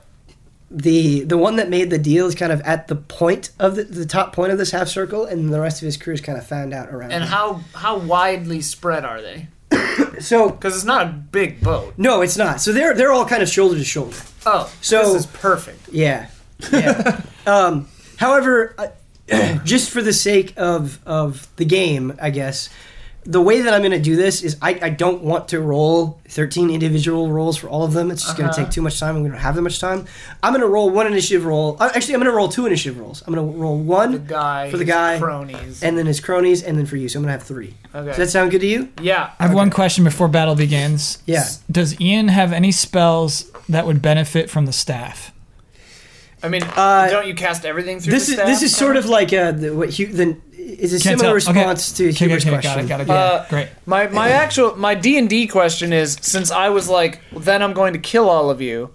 A: the the one that made the deal is kind of at the point of the, the top point of this half circle, and the rest of his crew is kind of found out around.
B: And
A: him.
B: how how widely spread are they?
A: so
B: Because it's not a big boat.
A: no, it's not. So they're they're all kind of shoulder to shoulder.
B: Oh,
A: So-
B: this is perfect.
A: Yeah. Yeah. um, however, uh, just for the sake of of the game, I guess the way that I'm going to do this is I, I don't want to roll 13 individual rolls for all of them. It's just going to take too much time. and we don't have that much time. I'm going to roll one initiative roll. uh, Actually, I'm going to roll two initiative rolls. I'm going to roll one
B: guy
A: for the guy,
B: cronies.
A: and then his cronies, and then for you. So I'm going to have three.
B: Okay.
A: Does that sound good to you?
B: yeah.
G: I have one question before battle begins.
A: Yeah.
G: S- Does Ian have any spells that would benefit from the staff?
B: I mean,
A: Uh,
B: don't you cast everything through
A: This
B: the
A: is this
B: staff?
A: is sort of like uh the, what Hugh, the is a
G: Can't
A: similar
G: tell. Okay.
A: response to
G: Okay,
A: Hubert's
G: okay, got
A: question.
G: it, got it,
B: Uh,
G: got it. Great.
B: My my actual my D and D question is since I was like well, then I'm going to kill all of you,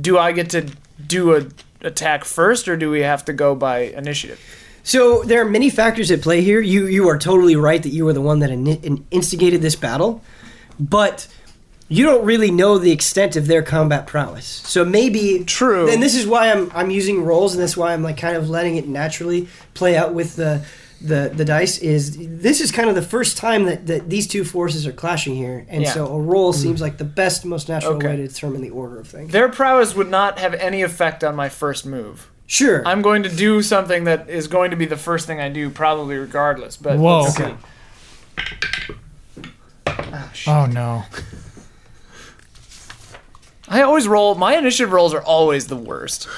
B: do I get to do a attack first or do we have to go by initiative?
A: So there are many factors at play here. You you are totally right that you were the one that in, in- instigated this battle, but you don't really know the extent of their combat prowess. So maybe
B: True.
A: And this is why I'm I'm using rolls, and that's why I'm like kind of letting it naturally play out with the the the dice. Is this is kind of the first time that that these two forces are clashing here, and
B: Yeah. Hmm.
A: so a roll seems like the best, most natural
B: Okay.
A: way to determine the order of things.
B: Their prowess would not have any effect on my first move.
A: Sure.
B: I'm going to do something that is going to be the first thing I do, probably regardless. But
G: Whoa.
B: let's see.
G: Okay. Oh no.
B: I always roll. My initiative rolls are always the worst.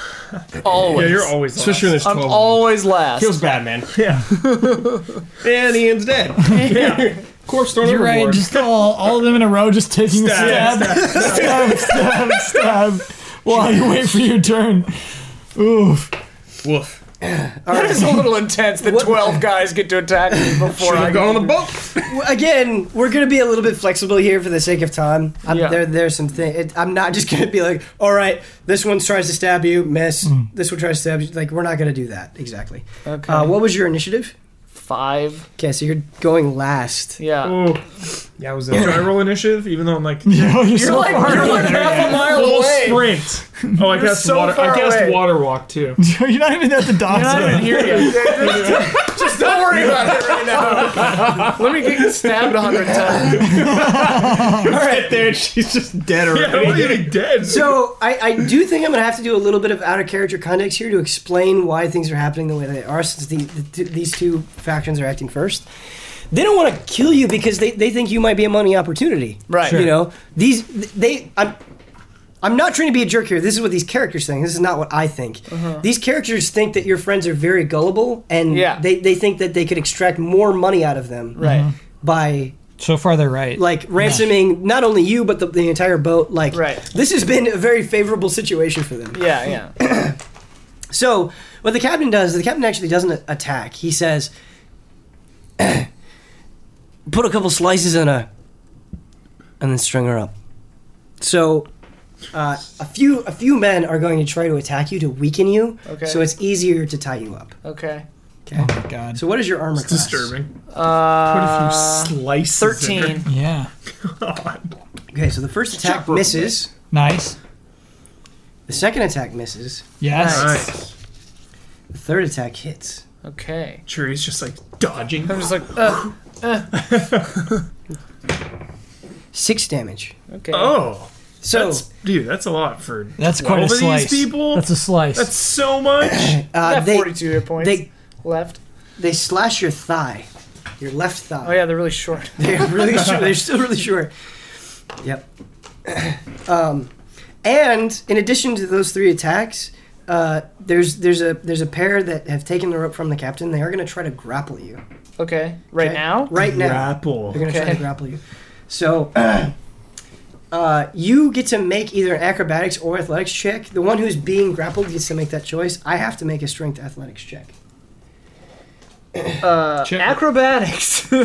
B: Always.
E: Yeah, you're always especially in this
B: I'm
E: 12.
B: always last.
E: feels bad, man. Yeah. and Ian's dead. yeah. Corpse thrown
G: You're right.
E: overboard.
G: Just all, all of them in a row, just taking
E: Stab,
G: a stab, stab, stab, stab, while you wait for your turn. Oof.
E: Woof.
B: That is a little intense that 12 guys get to attack me before I go.
E: Should've gone on the boat.
A: again, we're gonna be a little bit flexible here for the sake of time. I'm,
B: Yeah.
A: There, there's some things. I'm not just gonna be like, all right, this one tries to stab you, miss. This one tries to stab you. Like, we're not gonna do that exactly.
B: Mm. Okay.
A: Uh, what was your initiative?
B: Five.
A: Okay, so you're going last.
B: Yeah.
C: Oh,
E: Yeah, I was
C: do I roll initiative? Even though I'm like
G: Oh, you're so
B: like,
G: far.
B: you're like half a mile
C: full
B: away.
C: sprint. Oh, I cast
B: so
C: water.
B: far
C: I cast
B: away.
C: water walk too.
G: You're not even at the dots.
B: Not even
G: yet.
B: here yet. Just don't worry about it right now. Let me get stabbed a hundred times.
E: right there. She's just dead
C: Yeah, I'm already dead.
A: So I, I do think I'm gonna have to do a little bit of out of character context here to explain why things are happening the way they are, since the, the two, these two factions are acting first. They don't want to kill you because they, they think you might be a money opportunity.
B: Right. Sure.
A: You know these they I'm I'm not trying to be a jerk here. This is what these characters think. This is not what I think.
B: Uh-huh.
A: These characters think that your friends are very gullible and
B: Yeah.
A: they, they think that they could extract more money out of them
B: Right.
A: by
G: So far, they're right.
A: like ransoming not only you but the, the entire boat like
B: Right.
A: this has been a very favorable situation for them
B: Yeah, yeah.
A: so what the captain does the captain actually doesn't a- attack he says put a couple slices in her and then string her up so uh, a few a few men are going to try to attack you to weaken you
B: Okay.
A: so it's easier to tie you up
B: Okay.
A: okay
G: Oh, my God.
A: so what is your armor class
C: disturbing.
B: Uh,
C: what if you slice
B: Thirteen.
G: Yeah.
C: Oh,
A: okay so the first attack
C: Chop roll.
A: misses
G: Nice.
A: the second attack misses
G: Yes.
C: All right.
A: the third attack hits
B: Okay.
C: Cherry's just like dodging.
B: I'm just like, uh,
A: six damage
B: okay.
C: Oh,
A: so
C: that's, dude, that's a lot for
G: That's quite a
C: 12 of
G: slice.
C: These people.
G: That's a slice.
C: That's so much.
B: I
A: Uh,
B: have
A: they,
B: forty-two hit points
A: they
B: left.
A: they slash your thigh, your left thigh.
B: Oh yeah, they're really short.
A: They're really short. They're still really short. Yep. um, and in addition to those three attacks, uh, there's there's a there's a pair that have taken the rope from the captain. They are going to try to grapple you
B: Okay. Right
A: okay?
B: now.
A: Right now, they're
C: Grapple.
A: going to try
B: Okay.
A: to grapple you. So. Uh, you get to make either an acrobatics or athletics check. The one who's being grappled gets to make that choice. I have to make a strength athletics check.
B: Uh,
C: Check.
B: acrobatics.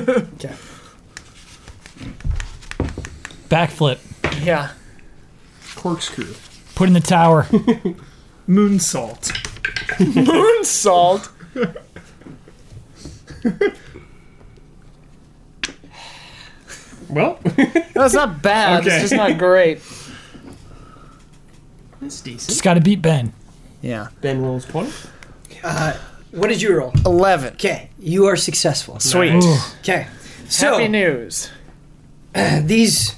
G: Backflip.
B: yeah.
C: Corkscrew.
G: Put in the tower.
C: Moonsault.
B: Moonsault.
E: Well,
B: That's not bad.
E: Okay.
B: It's just not great.
E: that's decent.
G: Just got to beat Ben.
B: Yeah.
E: Ben rolls twenty.
A: What did you roll?
B: Eleven.
A: Okay, you are successful.
B: Sweet.
A: Okay, so
B: Happy news.
A: these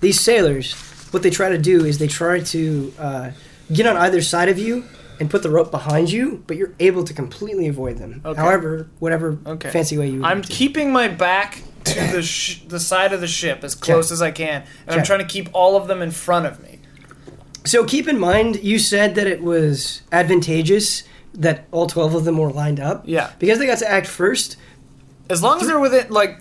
A: these sailors, what they try to do is they try to uh, get on either side of you and put the rope behind you, but you're able to completely avoid them.
B: Okay.
A: However, whatever
B: Okay.
A: fancy way you.
B: I'm
A: to.
B: keeping my back to the sh- the side of the ship as close as I can, and I'm
A: Check.
B: trying to keep all of them in front of me.
A: So keep in mind, you said that it was advantageous that all twelve of them were lined up.
B: Yeah.
A: Because they got to act first.
B: As long as they're within like,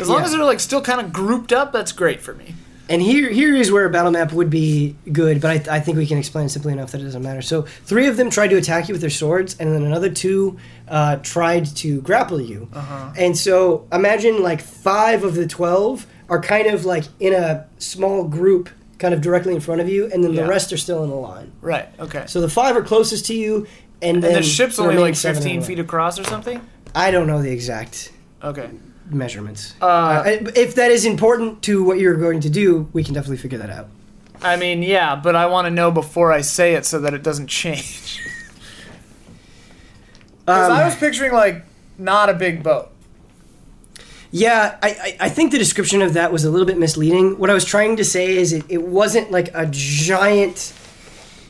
B: as long
A: Yeah.
B: as they're like still kind of grouped up, that's great for me.
A: And here, here is where a battle map would be good, but I, I think we can explain it simply enough that it doesn't matter. So, three of them tried to attack you with their swords, and then another two uh, tried to grapple you.
B: Uh-huh.
A: And so, imagine like five of the twelve are kind of like in a small group, kind of directly in front of you, and then
B: Yeah.
A: the rest are still in a line.
B: Right. Okay.
A: So the five are closest to you, and,
B: and
A: then
B: the ship's
A: the
B: only
A: remaining
B: like
A: seven are
B: 15
A: in a
B: feet
A: line.
B: across or something.
A: I don't know the exact
B: Okay.
A: measurements.
B: Uh,
A: I- if that is important to what you're going to do, we can definitely figure that out.
B: I mean, yeah, but I want to know before I say it so that it doesn't change. Because I
A: Um,
B: was picturing like not a big boat.
A: Yeah, I, I, I think the description of that was a little bit misleading. What I was trying to say is it, it wasn't like a giant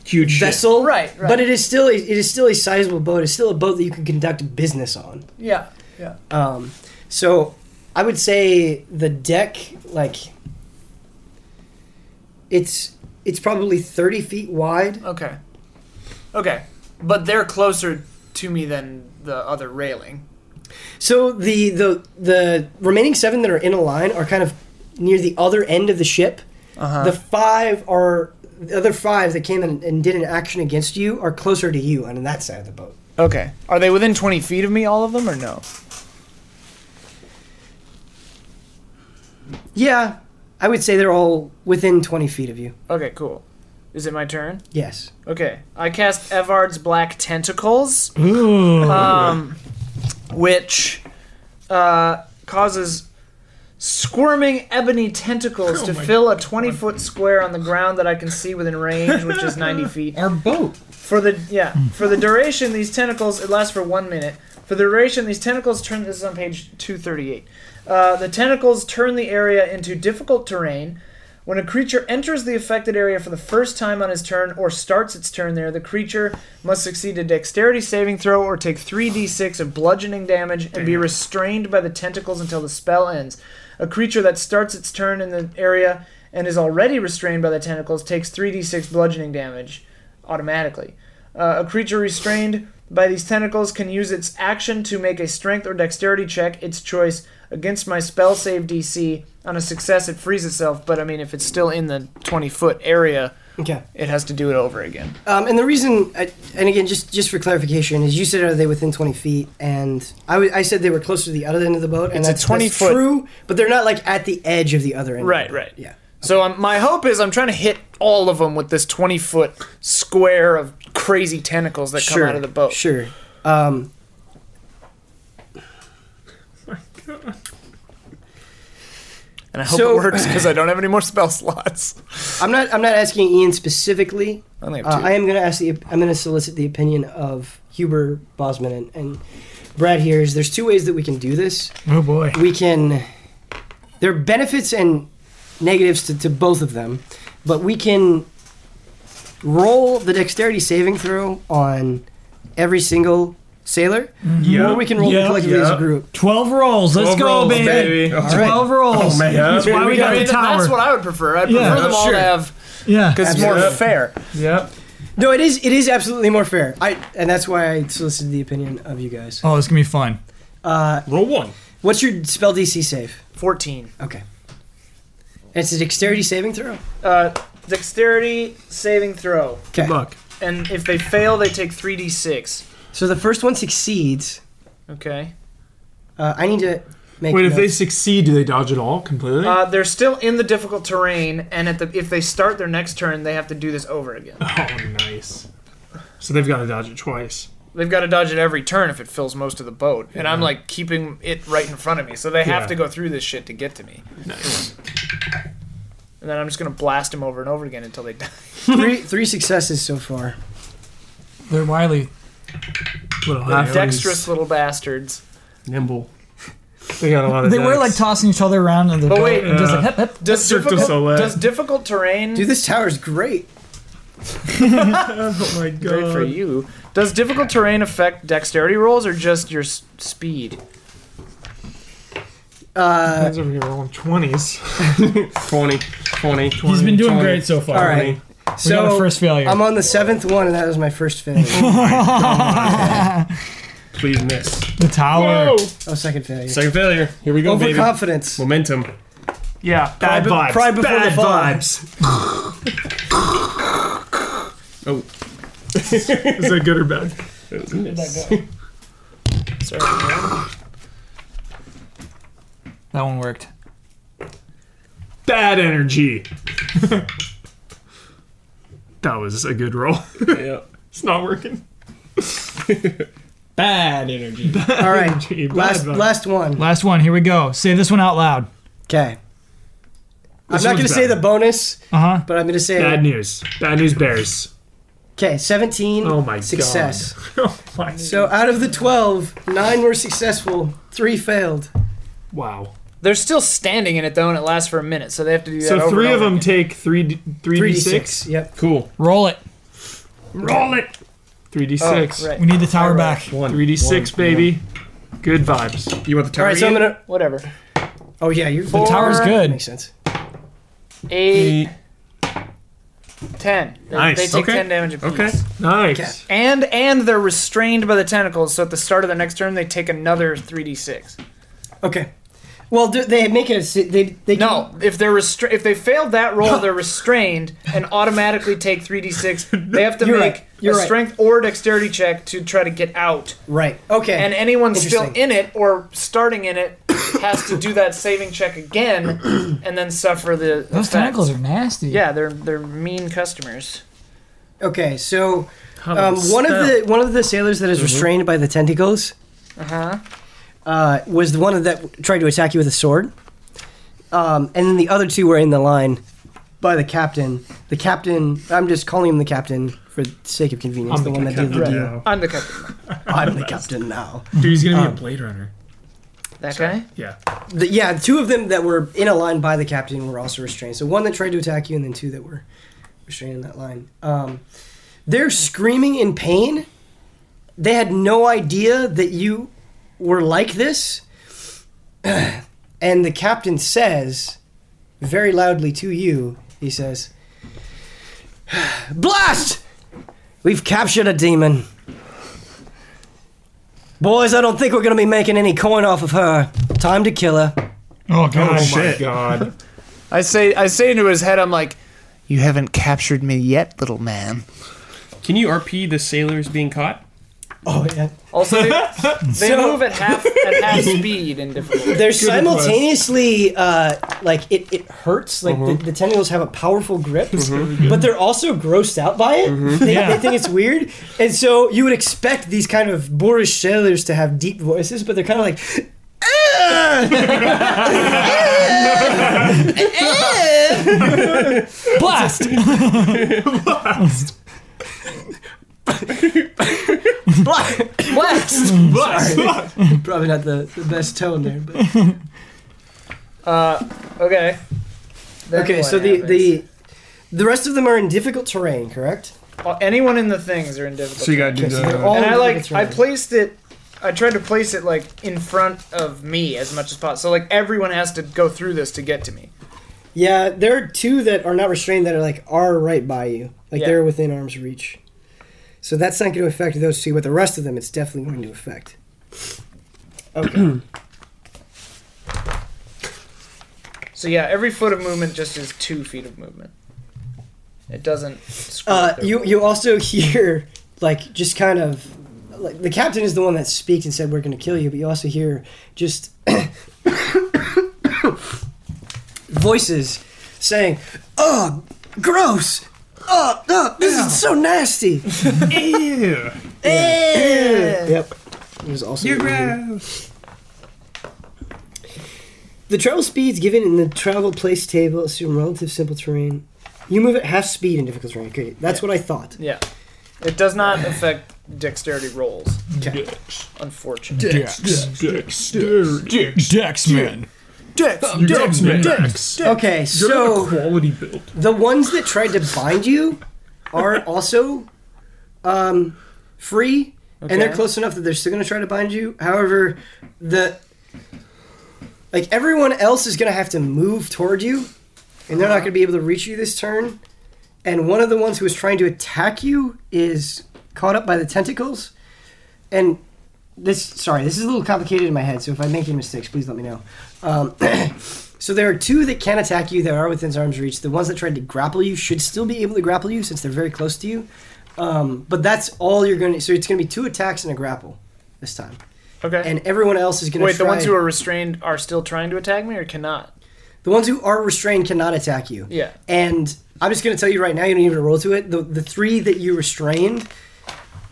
E: Huge ship.
A: vessel.
B: Right, right.
A: But it is still a, it is still a sizable boat. It's still a boat that you can conduct business on.
B: Yeah. Yeah.
A: Um, so I would say the deck, like it's it's probably thirty feet wide.
B: Okay. Okay. But they're closer to me than the other railing.
A: So the the the remaining seven that are in a line are kind of near the other end of the ship.
B: Uh-huh.
A: The five are the other five that came and, and did an action against you are closer to you on that side of the boat.
B: okay. Are they within 20 feet of me, all of them, or no?
A: Yeah, I would say they're all within twenty feet of you.
B: Okay, cool. Is it my turn?
A: Yes.
B: Okay, I cast Evard's Black Tentacles, um, which uh, causes squirming ebony tentacles to fill a 20 foot square on the ground that I can see within range, which is 90 feet.
E: Our boat.
B: For the yeah, for the duration, these tentacles it lasts for one minute. For the duration, these tentacles turn. This is on page two thirty eight. Uh, the tentacles turn the area into difficult terrain. When a creature enters the affected area for the first time on his turn or starts its turn there, the creature must succeed a dexterity saving throw or take 3d6 of bludgeoning damage and be restrained by the tentacles until the spell ends. A creature that starts its turn in the area and is already restrained by the tentacles takes 3d6 bludgeoning damage automatically. Uh, a creature restrained by these tentacles can use its action to make a strength or dexterity check, its choice, against my spell save DC. On a success, it frees itself, but I mean, if it's still in the 20 foot area,
A: Okay.
B: it has to do it over again.
A: Um, and the reason, I, and again, just just for clarification, is you said are they within twenty feet, and I w- I said they were closer to the other end of the boat, and
B: It's a
A: that's,
B: 20
A: that's
B: foot-
A: true, but they're not like at the edge of the other end. of the
B: Right,
A: boat.
B: right.
A: Yeah.
B: So um, my hope is I'm trying to hit all of them with this 20 foot square of crazy tentacles that come out of the boat.
A: Sure. Um,
B: And I hope
A: So-
B: it works because I don't have any more spell slots.
A: I'm not. I'm not asking Ian specifically.
B: I only have
A: Uh,
B: two.
A: I am going to ask the. I'm going to solicit the opinion of Huber Bosman and, and Brad here. Is there's two ways that we can do this.
G: Oh boy.
A: we can there are benefits and negatives to, to both of them but we can roll the dexterity saving throw on every single sailor or we can
G: Mm-hmm. Yeah.
A: roll them collectively as a
E: Yeah.
A: group
G: 12 rolls. Let's
E: 12
G: go,
E: rolls,
G: baby.
E: baby. All
G: 12 rolls.
E: Oh, man.
G: That's why we got
B: I mean,
G: the tower.
B: that's what I would prefer. I'd prefer
G: Yeah.
B: them all
E: Sure.
B: to have
G: yeah.
B: because it's more
E: Absolutely.
B: fair.
E: Yep.
A: no it is it is absolutely more fair i and that's why i solicited the opinion of you guys
G: Oh, it's going to be fun.
A: uh,
E: Roll one.
A: what's your spell dc save
B: 14.
A: okay it's a dexterity saving throw
B: Uh, dexterity saving throw.
A: okay
C: Look,
B: And if they fail, they take 3d6.
A: so the first one succeeds
B: Okay.
A: uh, i need to make
C: wait. If they
A: notes.
C: succeed, do they dodge it all completely?
B: Uh, they're still in the difficult terrain, and at the if they start their next turn, they have to do this over again.
C: oh, nice. So they've got to dodge it twice.
B: They've got to dodge it every turn if it fills most of the boat, and I'm like keeping it right in front of me, so they have
C: Yeah.
B: to go through this shit to get to me.
C: Nice.
B: And then I'm just gonna blast them over and over again until they die.
A: three, three successes so far
G: They're wily.
C: Little halflings.
B: Dexterous little bastards.
C: nimble. They got a lot of.
G: They were
C: dex.
G: like tossing each other around in the
B: But
G: boat
B: wait,
G: and just
C: uh,
G: like, hep, hep.
B: Does
C: Cirque du
B: difficult,
C: Soleil.
B: does difficult terrain?
A: dude this tower's great
C: Oh my god.
B: Great for you. Does difficult terrain affect dexterity rolls or just your s- speed?
A: Uh,
C: Hands over here rolling 20s.
E: 20, 20, 20.
G: He's been doing great so far.
A: all right.
G: We got
A: So
G: a first failure.
A: I'm on the seventh one, and that was my first failure.
E: Please miss.
G: the tower.
A: oh, second failure.
E: Second failure. Here we go, baby.
A: Overconfidence.
E: Momentum.
C: Yeah. Bad
A: Pride-
C: vibes.
A: pride before
C: Bad
A: the fall.
C: vibes.
E: Oh.
C: Is that good or bad?
E: Miss.
G: That one worked.
C: Bad energy. that was a good roll.
E: yeah.
C: it's not working.
E: Bad energy.
A: All right.
C: Gee, bad
A: Last
C: vibes.
A: last one.
G: Last one. Here we go. Say this one out loud.
A: Okay. I'm
C: This
A: not
C: one's
A: going to say
C: bad.
A: the bonus,
G: Uh huh.
A: but I'm going to say
C: Bad news. Bad news bears.
A: okay. 17.
C: Oh my
A: Success.
C: god. Oh my
A: So out of the 12, nine were successful, three failed.
C: Wow.
B: They're still standing in it though, and it lasts for a minute, so they have to do that. over
C: So
B: and
C: three of
B: over
C: them
B: again.
C: take 3 d- 3d6.
A: 3d6. Yep.
E: Cool.
G: Roll it.
C: Roll it. 3d6
B: Oh, right.
G: We need the tower back.
E: One.
C: 3d6
E: one,
C: baby. Good vibes.
E: one. You want the
A: All
E: tower?
A: right. So I'm
E: again?
A: going to.
B: Whatever.
A: Oh yeah, you're
B: The tower's
G: good.
A: Makes sense.
B: Eight, ten. They,
C: Nice.
B: They take
E: Okay.
B: ten damage apiece.
E: Okay.
C: Nice.
B: And and they're restrained by the tentacles, so at the start of the next turn they take another three d six.
A: Okay. Well, do- they make a si- they they
B: No, if they're restra- if they failed that roll, they're restrained and automatically take three d six. They have to
A: You're
B: make
A: right. You're
B: a
A: right.
B: strength or dexterity check to try to get out.
A: can- right. Okay.
B: And anyone still
A: Interesting.
B: in it or starting in it has to do that saving check again, and then suffer the
G: Those
B: effects.
G: tentacles are nasty.
B: Yeah, they're they're mean customers.
A: okay. So um, one of the one of the sailors that is
B: Mm-hmm.
A: restrained by the tentacles
B: Uh huh.
A: uh, was the one that tried to attack you with a sword. Um, and then the other two were in the line by the captain. The captain. I'm just calling him the captain for the sake of convenience. the, one that did the deal.
B: I'm the captain.
A: I'm the captain now.
C: Dude, he's gonna be a Blade Runner.
B: That guy.
C: Yeah.
A: The, yeah, two of them that were in a line by the captain were also restrained. So one that tried to attack you, and then two that were restrained in that line. Um, they're screaming in pain. They had no idea that you were like this. and the captain says, very loudly to you, he says, Blast! We've captured a demon. Boys, I don't think we're going to be making any coin off of her. Time to kill her.
G: Oh god.
C: my god.
B: I say I say into his head, I'm like, you haven't captured me yet, little man.
E: Can you RP the sailors being caught?
A: Oh yeah.
B: Also, they, they move at half at half speed in different.
A: They're simultaneously uh, like it, it hurts. Like the, the tentacles have a powerful grip,
B: Mm-hmm.
A: but they're also grossed out by it. They, they think it's weird, and so you would expect these kind of boorish sailors to have deep voices, but they're kind of like. "Ah!"
G: Blast.
A: Blah.
B: Blast!
A: Probably not the, the best tone there, but
B: Uh, okay. Then
A: okay.
B: what
A: So the,
B: happens?
A: the the rest of them are in difficult terrain, correct?
B: Uh, anyone in the things are in difficult.
E: So you gotta do
A: Okay, so they're
E: the.
A: all
B: and I
A: in
B: like
A: difficult
B: I
A: terrain.
B: placed it. I tried to place it like in front of me as much as possible. So like everyone has to go through this to get to me.
A: Yeah, there are two that are not restrained that are like are right by you, like
B: Yeah.
A: they're within arm's reach. So that's not going to affect those two, but the rest of them, it's definitely going to affect.
B: So yeah, every foot of movement just is two feet of movement. It doesn't. screw
A: Uh,
B: with their-
A: you you also hear like just kind of like the captain is the one that speaks and said we're going to kill you, but you also hear just voices saying, "Oh, gross! Oh, oh this is so nasty!"
C: Ew.
A: Yep. It was also what we heard. The travel speeds given in the travel place table assume relative simple terrain. You move at half speed in difficult terrain. Okay, that's what I thought.
B: Yeah. It does not affect dexterity rolls,
A: Okay.
B: unfortunately.
G: Dex.
C: Dex. Dex.
G: Dex man.
C: Dex. man. Dex.
A: Okay,
C: You're not a
A: so
C: quality build.
A: the ones that tried to bind you are also um, free, and they're
B: Okay.
A: close enough that they're still going to try to bind you. However, the like everyone else is going to have to move toward you, and they're not going to be able to reach you this turn. And one of the ones who is trying to attack you is caught up by the tentacles, and this sorry this is a little complicated in my head. So if I make any mistakes, please let me know. Um, So there are two that can attack you that are within arm's reach. The ones that tried to grapple you should still be able to grapple you since they're very close to you. Um, but that's all you're going to. So it's going to be two attacks and a grapple this time.
B: Okay.
A: And everyone else is going to
B: Wait, the ones who are restrained are still trying to attack me or cannot?
A: the ones who are restrained cannot attack you.
B: Yeah.
A: And I'm just going to tell you right now, you don't even roll to it. The, the three that you restrained,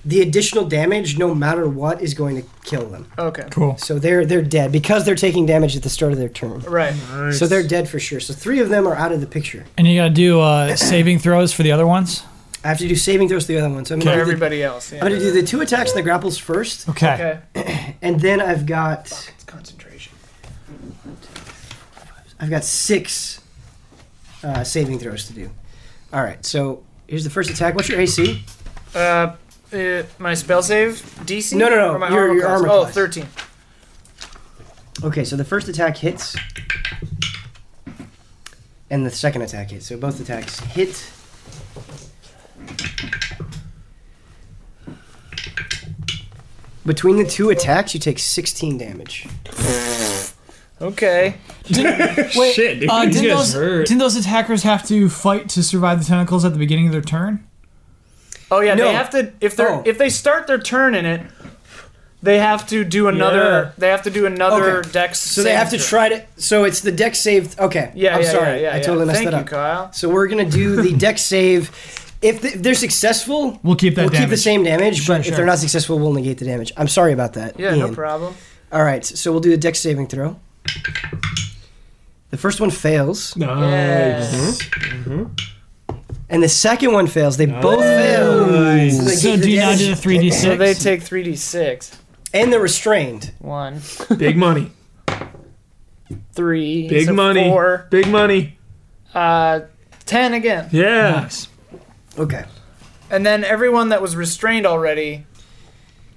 A: the additional damage, no matter what, is going to kill them.
B: Okay.
G: Cool.
A: So they're they're dead because they're taking damage at the start of their turn.
B: Right.
A: So they're dead for sure. So three of them are out of the picture.
G: And you gotta do uh, saving throws for the other ones.
A: I have to do saving throws to the other one. So I'm
B: For
A: going to do the-
B: everybody else. Yeah.
A: I'm gonna do the two attacks and the grapples first,
G: Okay.
B: Okay.
A: and then I've got
B: It's concentration.
A: I've got six uh, saving throws to do. All right, so here's the first attack. What's your AC?
B: Uh, uh, my spell save DC?
A: No, no, no,
B: Or my
A: your-
B: armor
A: your
B: class?
A: armor
B: Oh,
A: class.
B: 13.
A: Okay, so the first attack hits, and the second attack hits. So both attacks hit. Between the two attacks, you take 16 damage.
B: Okay.
E: Shit, dude.
G: Uh,
E: you
G: didn't,
E: guys
G: those,
E: hurt.
G: didn't those attackers have to fight to survive the tentacles at the beginning of their turn?
B: Oh yeah,
A: No.
B: they have to if they are
A: Oh.
B: if they start their turn in it, they have to do another
E: Yeah.
B: they have to do another
A: Okay.
B: dex
A: So they
B: save
A: have to
B: throw.
A: try to. So it's the deck save. Okay.
B: Yeah,
A: I'm
B: yeah,
A: sorry.
B: yeah, yeah,
A: I totally
B: yeah.
A: messed
B: Thank
A: that
B: you,
A: up.
B: Kyle.
A: So we're gonna do the deck save. If, th if they're successful,
G: We'll keep that
A: We'll keep the
G: damage.
A: same damage, but
G: sure.
A: if they're not successful, we'll negate the damage. I'm sorry about that.
B: Yeah, no
A: Ian.
B: problem.
A: All right. So we'll do the deck saving throw. The first one fails,
B: Yes.
A: and the second one fails. They both fail. So, they
G: So
A: keep the
G: do you now
A: damage,
G: do the three d
B: So they
G: six?
B: take 3d6.
A: and they're restrained.
B: 1
C: Big money.
B: 3
C: Big
B: so
C: money.
B: 4
C: Big money.
B: uh 10 again.
C: Yeah.
A: Okay.
B: And then everyone that was restrained already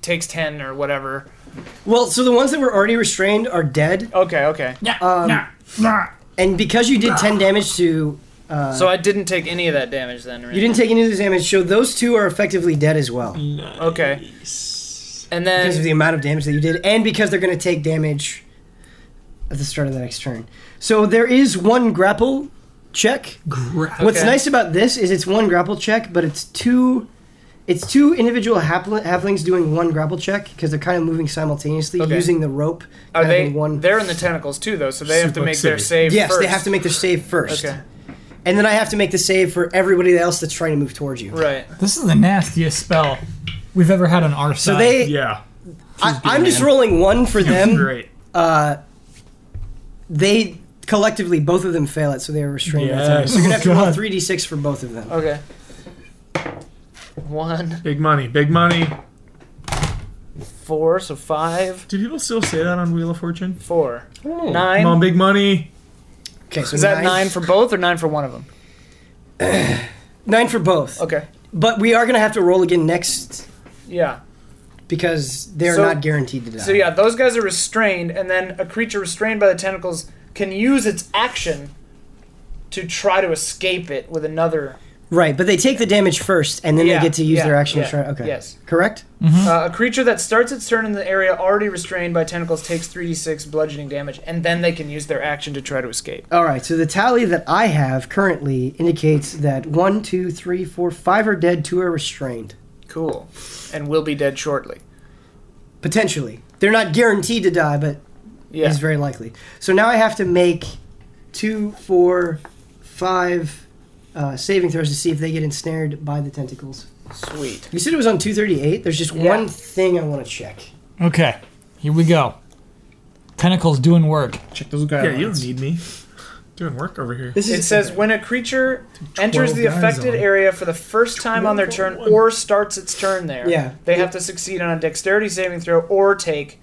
B: takes 10 or whatever.
A: Well, so the ones that were already restrained are dead,
B: Okay, okay.
A: and because you did 10 damage to
B: so I didn't take any of that damage then, right?
A: You didn't take any of the damage, so those two are effectively dead as well.
B: Mm. Okay. And
A: Because of
B: then
A: the amount of damage that you did, and because they're going to take damage at the start of the next turn. So there is one grapple check. What's
B: Okay.
A: nice about this is it's one grapple check, but it's two. It's two individual hapl- halflings doing one grapple check because they're kind of moving simultaneously
B: Okay.
A: using the rope.
B: are
A: kind of
B: they
A: in one?
B: they're in the tentacles too though, so they have to
C: Suplex
B: make their
C: City.
B: save
A: yes,
B: first.
A: they have to make their save first,
B: Okay.
A: and then I have to make the save for everybody else that's trying to move towards you.
B: Right.
G: This is the nastiest spell we've ever had on our side.
A: So they,
C: Yeah.
A: I, I'm just rolling one for them.
C: Great.
A: Uh, they collectively both of them fail it, so they are restrained. by
C: Yes.
A: time. So you're gonna have to roll
G: God.
A: three d six for both of them.
B: Okay. One,
C: Big money. Big money.
B: four, so five,
C: Do people still say that on Wheel of Fortune?
B: four,
C: Come on,
B: nine.
C: big money.
A: Okay, so
B: Is that nine for both or nine for one of them?
A: Nine for both.
B: Okay.
A: But we are gonna have to roll again next
B: Yeah.
A: because they're
B: So-
A: not guaranteed to die.
B: So yeah, those guys are restrained, and then a creature restrained by the tentacles can use its action to try to escape it with another.
A: Right, but they take the damage first, and then
B: Yeah,
A: they get to use
B: yeah,
A: their action.
B: yeah,
A: to try. Okay.
B: yes.
A: Correct.
B: Uh, a creature that starts its turn in the area already restrained by tentacles takes 3d6 bludgeoning damage, and then they can use their action to try to escape.
A: All right. So the tally that I have currently indicates that one, two, three, four, five are dead, two are restrained.
B: Cool. And will be dead shortly.
A: Potentially, they're not guaranteed to die, but
B: Yeah.
A: is very likely. So now I have to make two, four, five uh, saving throws to see if they get ensnared by the tentacles.
B: Sweet.
A: You said it was on 238. There's just
B: Yeah.
A: one thing I want to check.
G: Okay, here we go. Tentacles doing work.
E: Check those guys.
C: Yeah, you don't need me. Doing work over here.
A: This is
B: It says when a creature enters the
C: guys
B: affected
C: on.
B: area for the first time on their turn or starts its turn there,
A: Yeah.
B: they have to succeed on a dexterity saving throw or take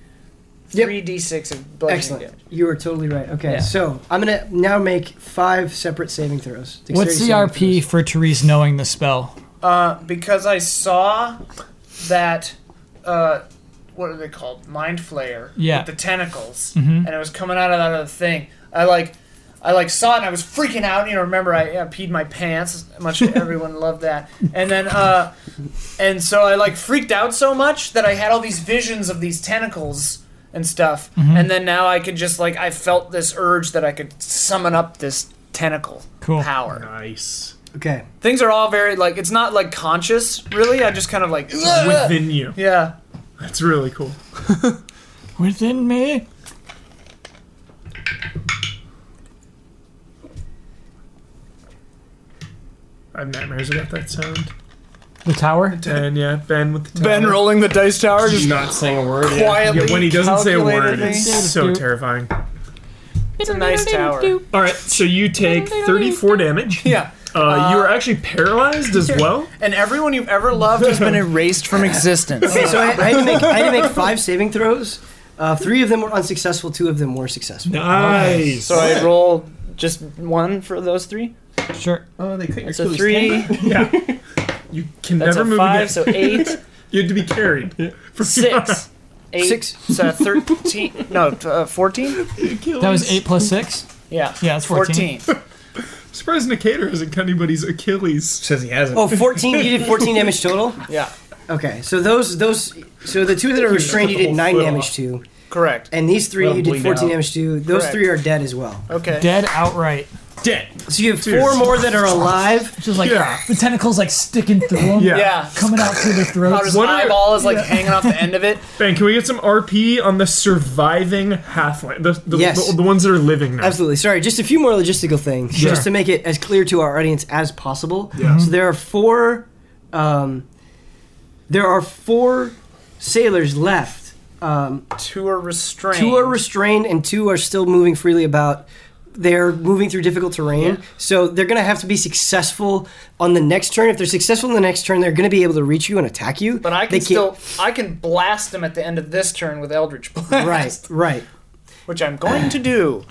A: Yep.
B: 3d6 of bludgeoning
A: excellent.
B: damage.
A: You are totally right. Okay,
B: Yeah.
A: so I'm gonna now make five separate saving throws. Dexterity
G: What's the
A: saving
G: RP for Therese knowing the spell?
B: uh, because I saw that uh, what are they called? Mind flayer.
G: Yeah.
B: With the tentacles,
G: Mhm.
B: and it was coming out of that other thing. I like, I like saw it, and I was freaking out. You know, remember I uh, peed my pants. Much everyone loved that. And then, uh, and so I like freaked out so much that I had all these visions of these tentacles and stuff.
G: Mm-hmm.
B: And then now I could just like I felt this urge that I could summon up this tentacle
G: Cool.
B: power
C: Nice.
A: Okay.
B: things are all very like it's not like conscious really i just kind of like "Ugh."
C: Within you.
B: yeah
C: That's really cool.
G: Within me?
C: I have nightmares about that sound.
G: The tower?
C: And yeah, Ben with the
B: ben
C: tower.
B: rolling the dice tower just
E: not saying a word. yeah.
B: quietly
C: Yeah, when he doesn't say a word,
B: calculatedly.
C: it's so terrifying.
B: it's a nice tower
C: All right, so you take 34 damage.
B: yeah
C: Uh, you are actually paralyzed as well.
B: and everyone you've ever loved has been erased from existence
A: Okay, so I, I, had to make, I had to make five saving throws. Uh, three of them were unsuccessful. Two of them were successful.
C: Nice.
B: so i roll just one for those three
G: Sure.
E: Oh, they cut your
B: so three
C: You can
B: that's
C: never
B: a
C: move again.
B: five so eight
C: You had to be carried. For-
B: six eight
A: Six.
B: so 13 no t- uh, 14
G: That was 8 plus 6?
B: yeah
G: Yeah, that's 14.
B: 14
C: Surprised Nicator hasn't cut anybody's Achilles.
E: Says he hasn't.
A: Oh, 14. You did 14 damage total?
B: yeah
A: Okay, so those, those, so the two that are restrained, you did nine damage to.
B: correct
A: And these three, you did
E: Rumbling
A: 14
E: out.
A: damage to. Those
B: Correct.
A: three are dead as well.
B: okay
G: Dead outright.
C: Oh,
E: Dead.
A: So you have four more that are alive.
G: Just like
C: Yeah.
G: the tentacles like sticking through them.
C: Yeah.
B: yeah
G: Coming out through the
B: Out his
G: throats.
C: What are-
B: eyeball is like hanging off the end of it.
C: Ben, can we get some RP on the surviving halfling? The, the,
A: Yes.
C: the, the ones that are living now.
A: Absolutely. Sorry, just a few more logistical things,
C: Sure.
A: just to make it as clear to our audience as possible. So there are four, um, there are four sailors left. Um,
B: Two are restrained.
A: two are restrained, and two are still moving freely about. They're moving through difficult terrain, so they're going to have to be successful on the next turn. If they're successful in the next turn, they're going to be able to reach you and attack you.
B: but I
A: They
B: can
A: can't-
B: still I can blast them at the end of this turn with Eldritch Blast,
A: right, right.
B: Which I'm going to do.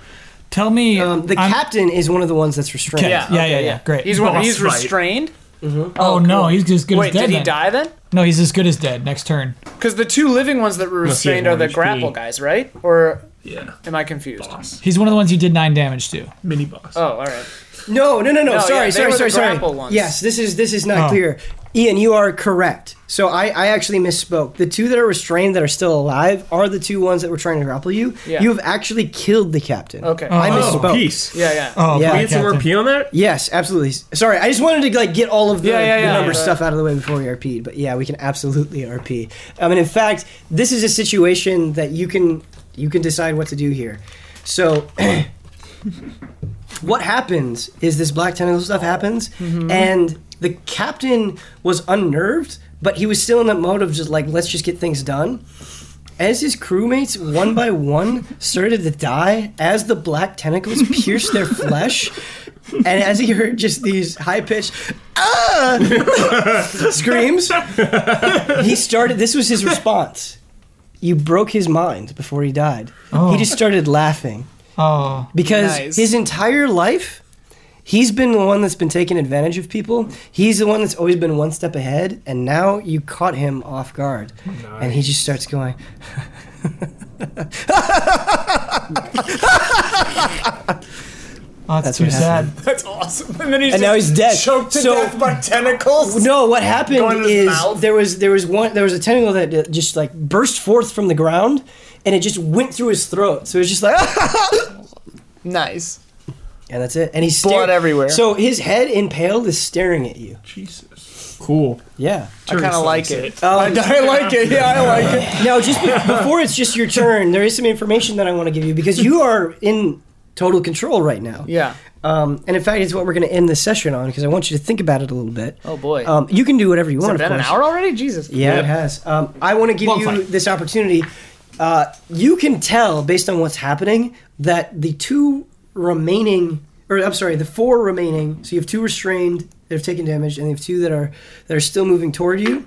G: Tell me.
A: Um, the
G: I'm-
A: captain is one of the ones that's restrained.
G: Okay. Yeah, yeah, yeah, great.
B: He's one.
C: Boss
B: He's
C: fight.
B: restrained.
G: Oh, no, he's just good
B: Wait,
G: as dead.
B: did he
G: then.
B: die then?
G: No, he's as good as dead next turn.
B: Because the two living ones that were
E: Unless he has
B: restrained are
E: one
B: the
E: HP.
B: grapple guys, right? Or
C: Yeah.
B: am I confused?
G: He's one of the ones you did 9 damage to.
C: Mini boss.
B: Oh, all right.
A: No, no, no, no.
B: No, yeah,
A: sorry,
B: they
A: sorry,
B: were the
A: sorry, sorry.
B: grapple ones.
A: Yes, this is this is not
G: Oh.
A: clear. Ian, you are correct. So I, I actually misspoke. The two that are restrained that are still alive are the two ones that were trying to grapple you.
B: Yeah.
A: You have actually killed the captain.
B: Okay.
A: I
G: Oh.
A: misspoke.
E: Peace.
B: Yeah, yeah.
G: Oh,
A: Yeah.
E: Can
A: Hi,
E: we get some RP on that?
A: Yes, absolutely. S- Sorry, I just wanted to like get all of the,
B: Yeah, yeah,
A: the
B: yeah,
A: number
B: yeah.
A: stuff out of the way before we RP'd. But yeah, we can absolutely RP. Um, and in fact, this is a situation that you can you can decide what to do here. So, what happens is this black tentacle stuff happens,
B: Mm-hmm.
A: and the captain was unnerved, but he was still in that mode of just like let's just get things done. As his crewmates, one by one, started to die as the black tentacles pierced their flesh, and as he heard just these high pitched ah! screams, he started. This was his response. You broke his mind before he died. He just started laughing
G: Oh.
A: because
B: Nice.
A: his entire life he's been the one that's been taking advantage of people he's the one that's always been one step ahead and now you caught him off guard and he just starts going
G: Oh, that's,
A: That's
G: too
A: what
G: sad.
B: That's awesome. And then he's
A: and now he's dead
B: choked to
A: so
B: death by tentacles.
A: no what happened
B: Going to his
A: is
B: mouth?
A: there was there was one there was a tentacle that uh, just like burst forth from the ground and it just went through his throat so it was just like
B: Nice.
A: and that's it and he's
B: Blood everywhere.
A: so his head impaled is staring at you
C: Jesus.
E: Cool.
A: yeah
B: I kind of like it.
A: um,
B: I like it. Yeah, I like it.
A: Now, just be- before it's just your turn, there is some information that I want to give you because you are in total control right now.
B: Yeah.
A: Um, and in fact, it's what we're going to end this session on because I want you to think about it a little bit.
B: Oh boy.
A: Um, you can do whatever you
B: Has
A: want.
B: it
A: of
B: been an
A: course.
B: hour already? Jesus.
A: Yeah, it has. Um, I want to give you this opportunity. Uh, you can tell based on what's happening that the two remaining, or I'm sorry, the four remaining. So you have two restrained that have taken damage, and you have two that are that are still moving toward you.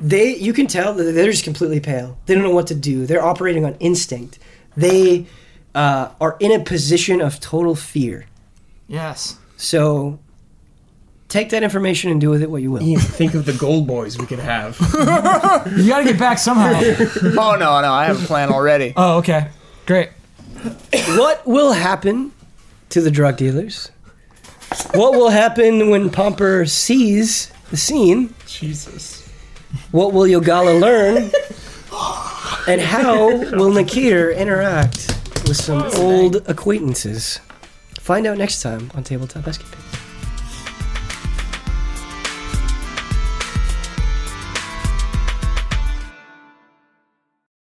A: They, you can tell that they're just completely pale. They don't know what to do. They're operating on instinct. They uh, are in a position of total fear.
G: Yes.
A: So Take that information and do with it what you will.
E: Yeah, think of the gold boys we could have.
G: You gotta get back somehow.
B: Oh no, no, I have a plan already.
G: oh, okay. Great.
A: What will happen to the drug dealers? What will happen when Pomper sees the scene?
E: Jesus.
A: What will Yogala learn? And how will Nakir interact with some old acquaintances? Find out next time on Tabletop Escapades.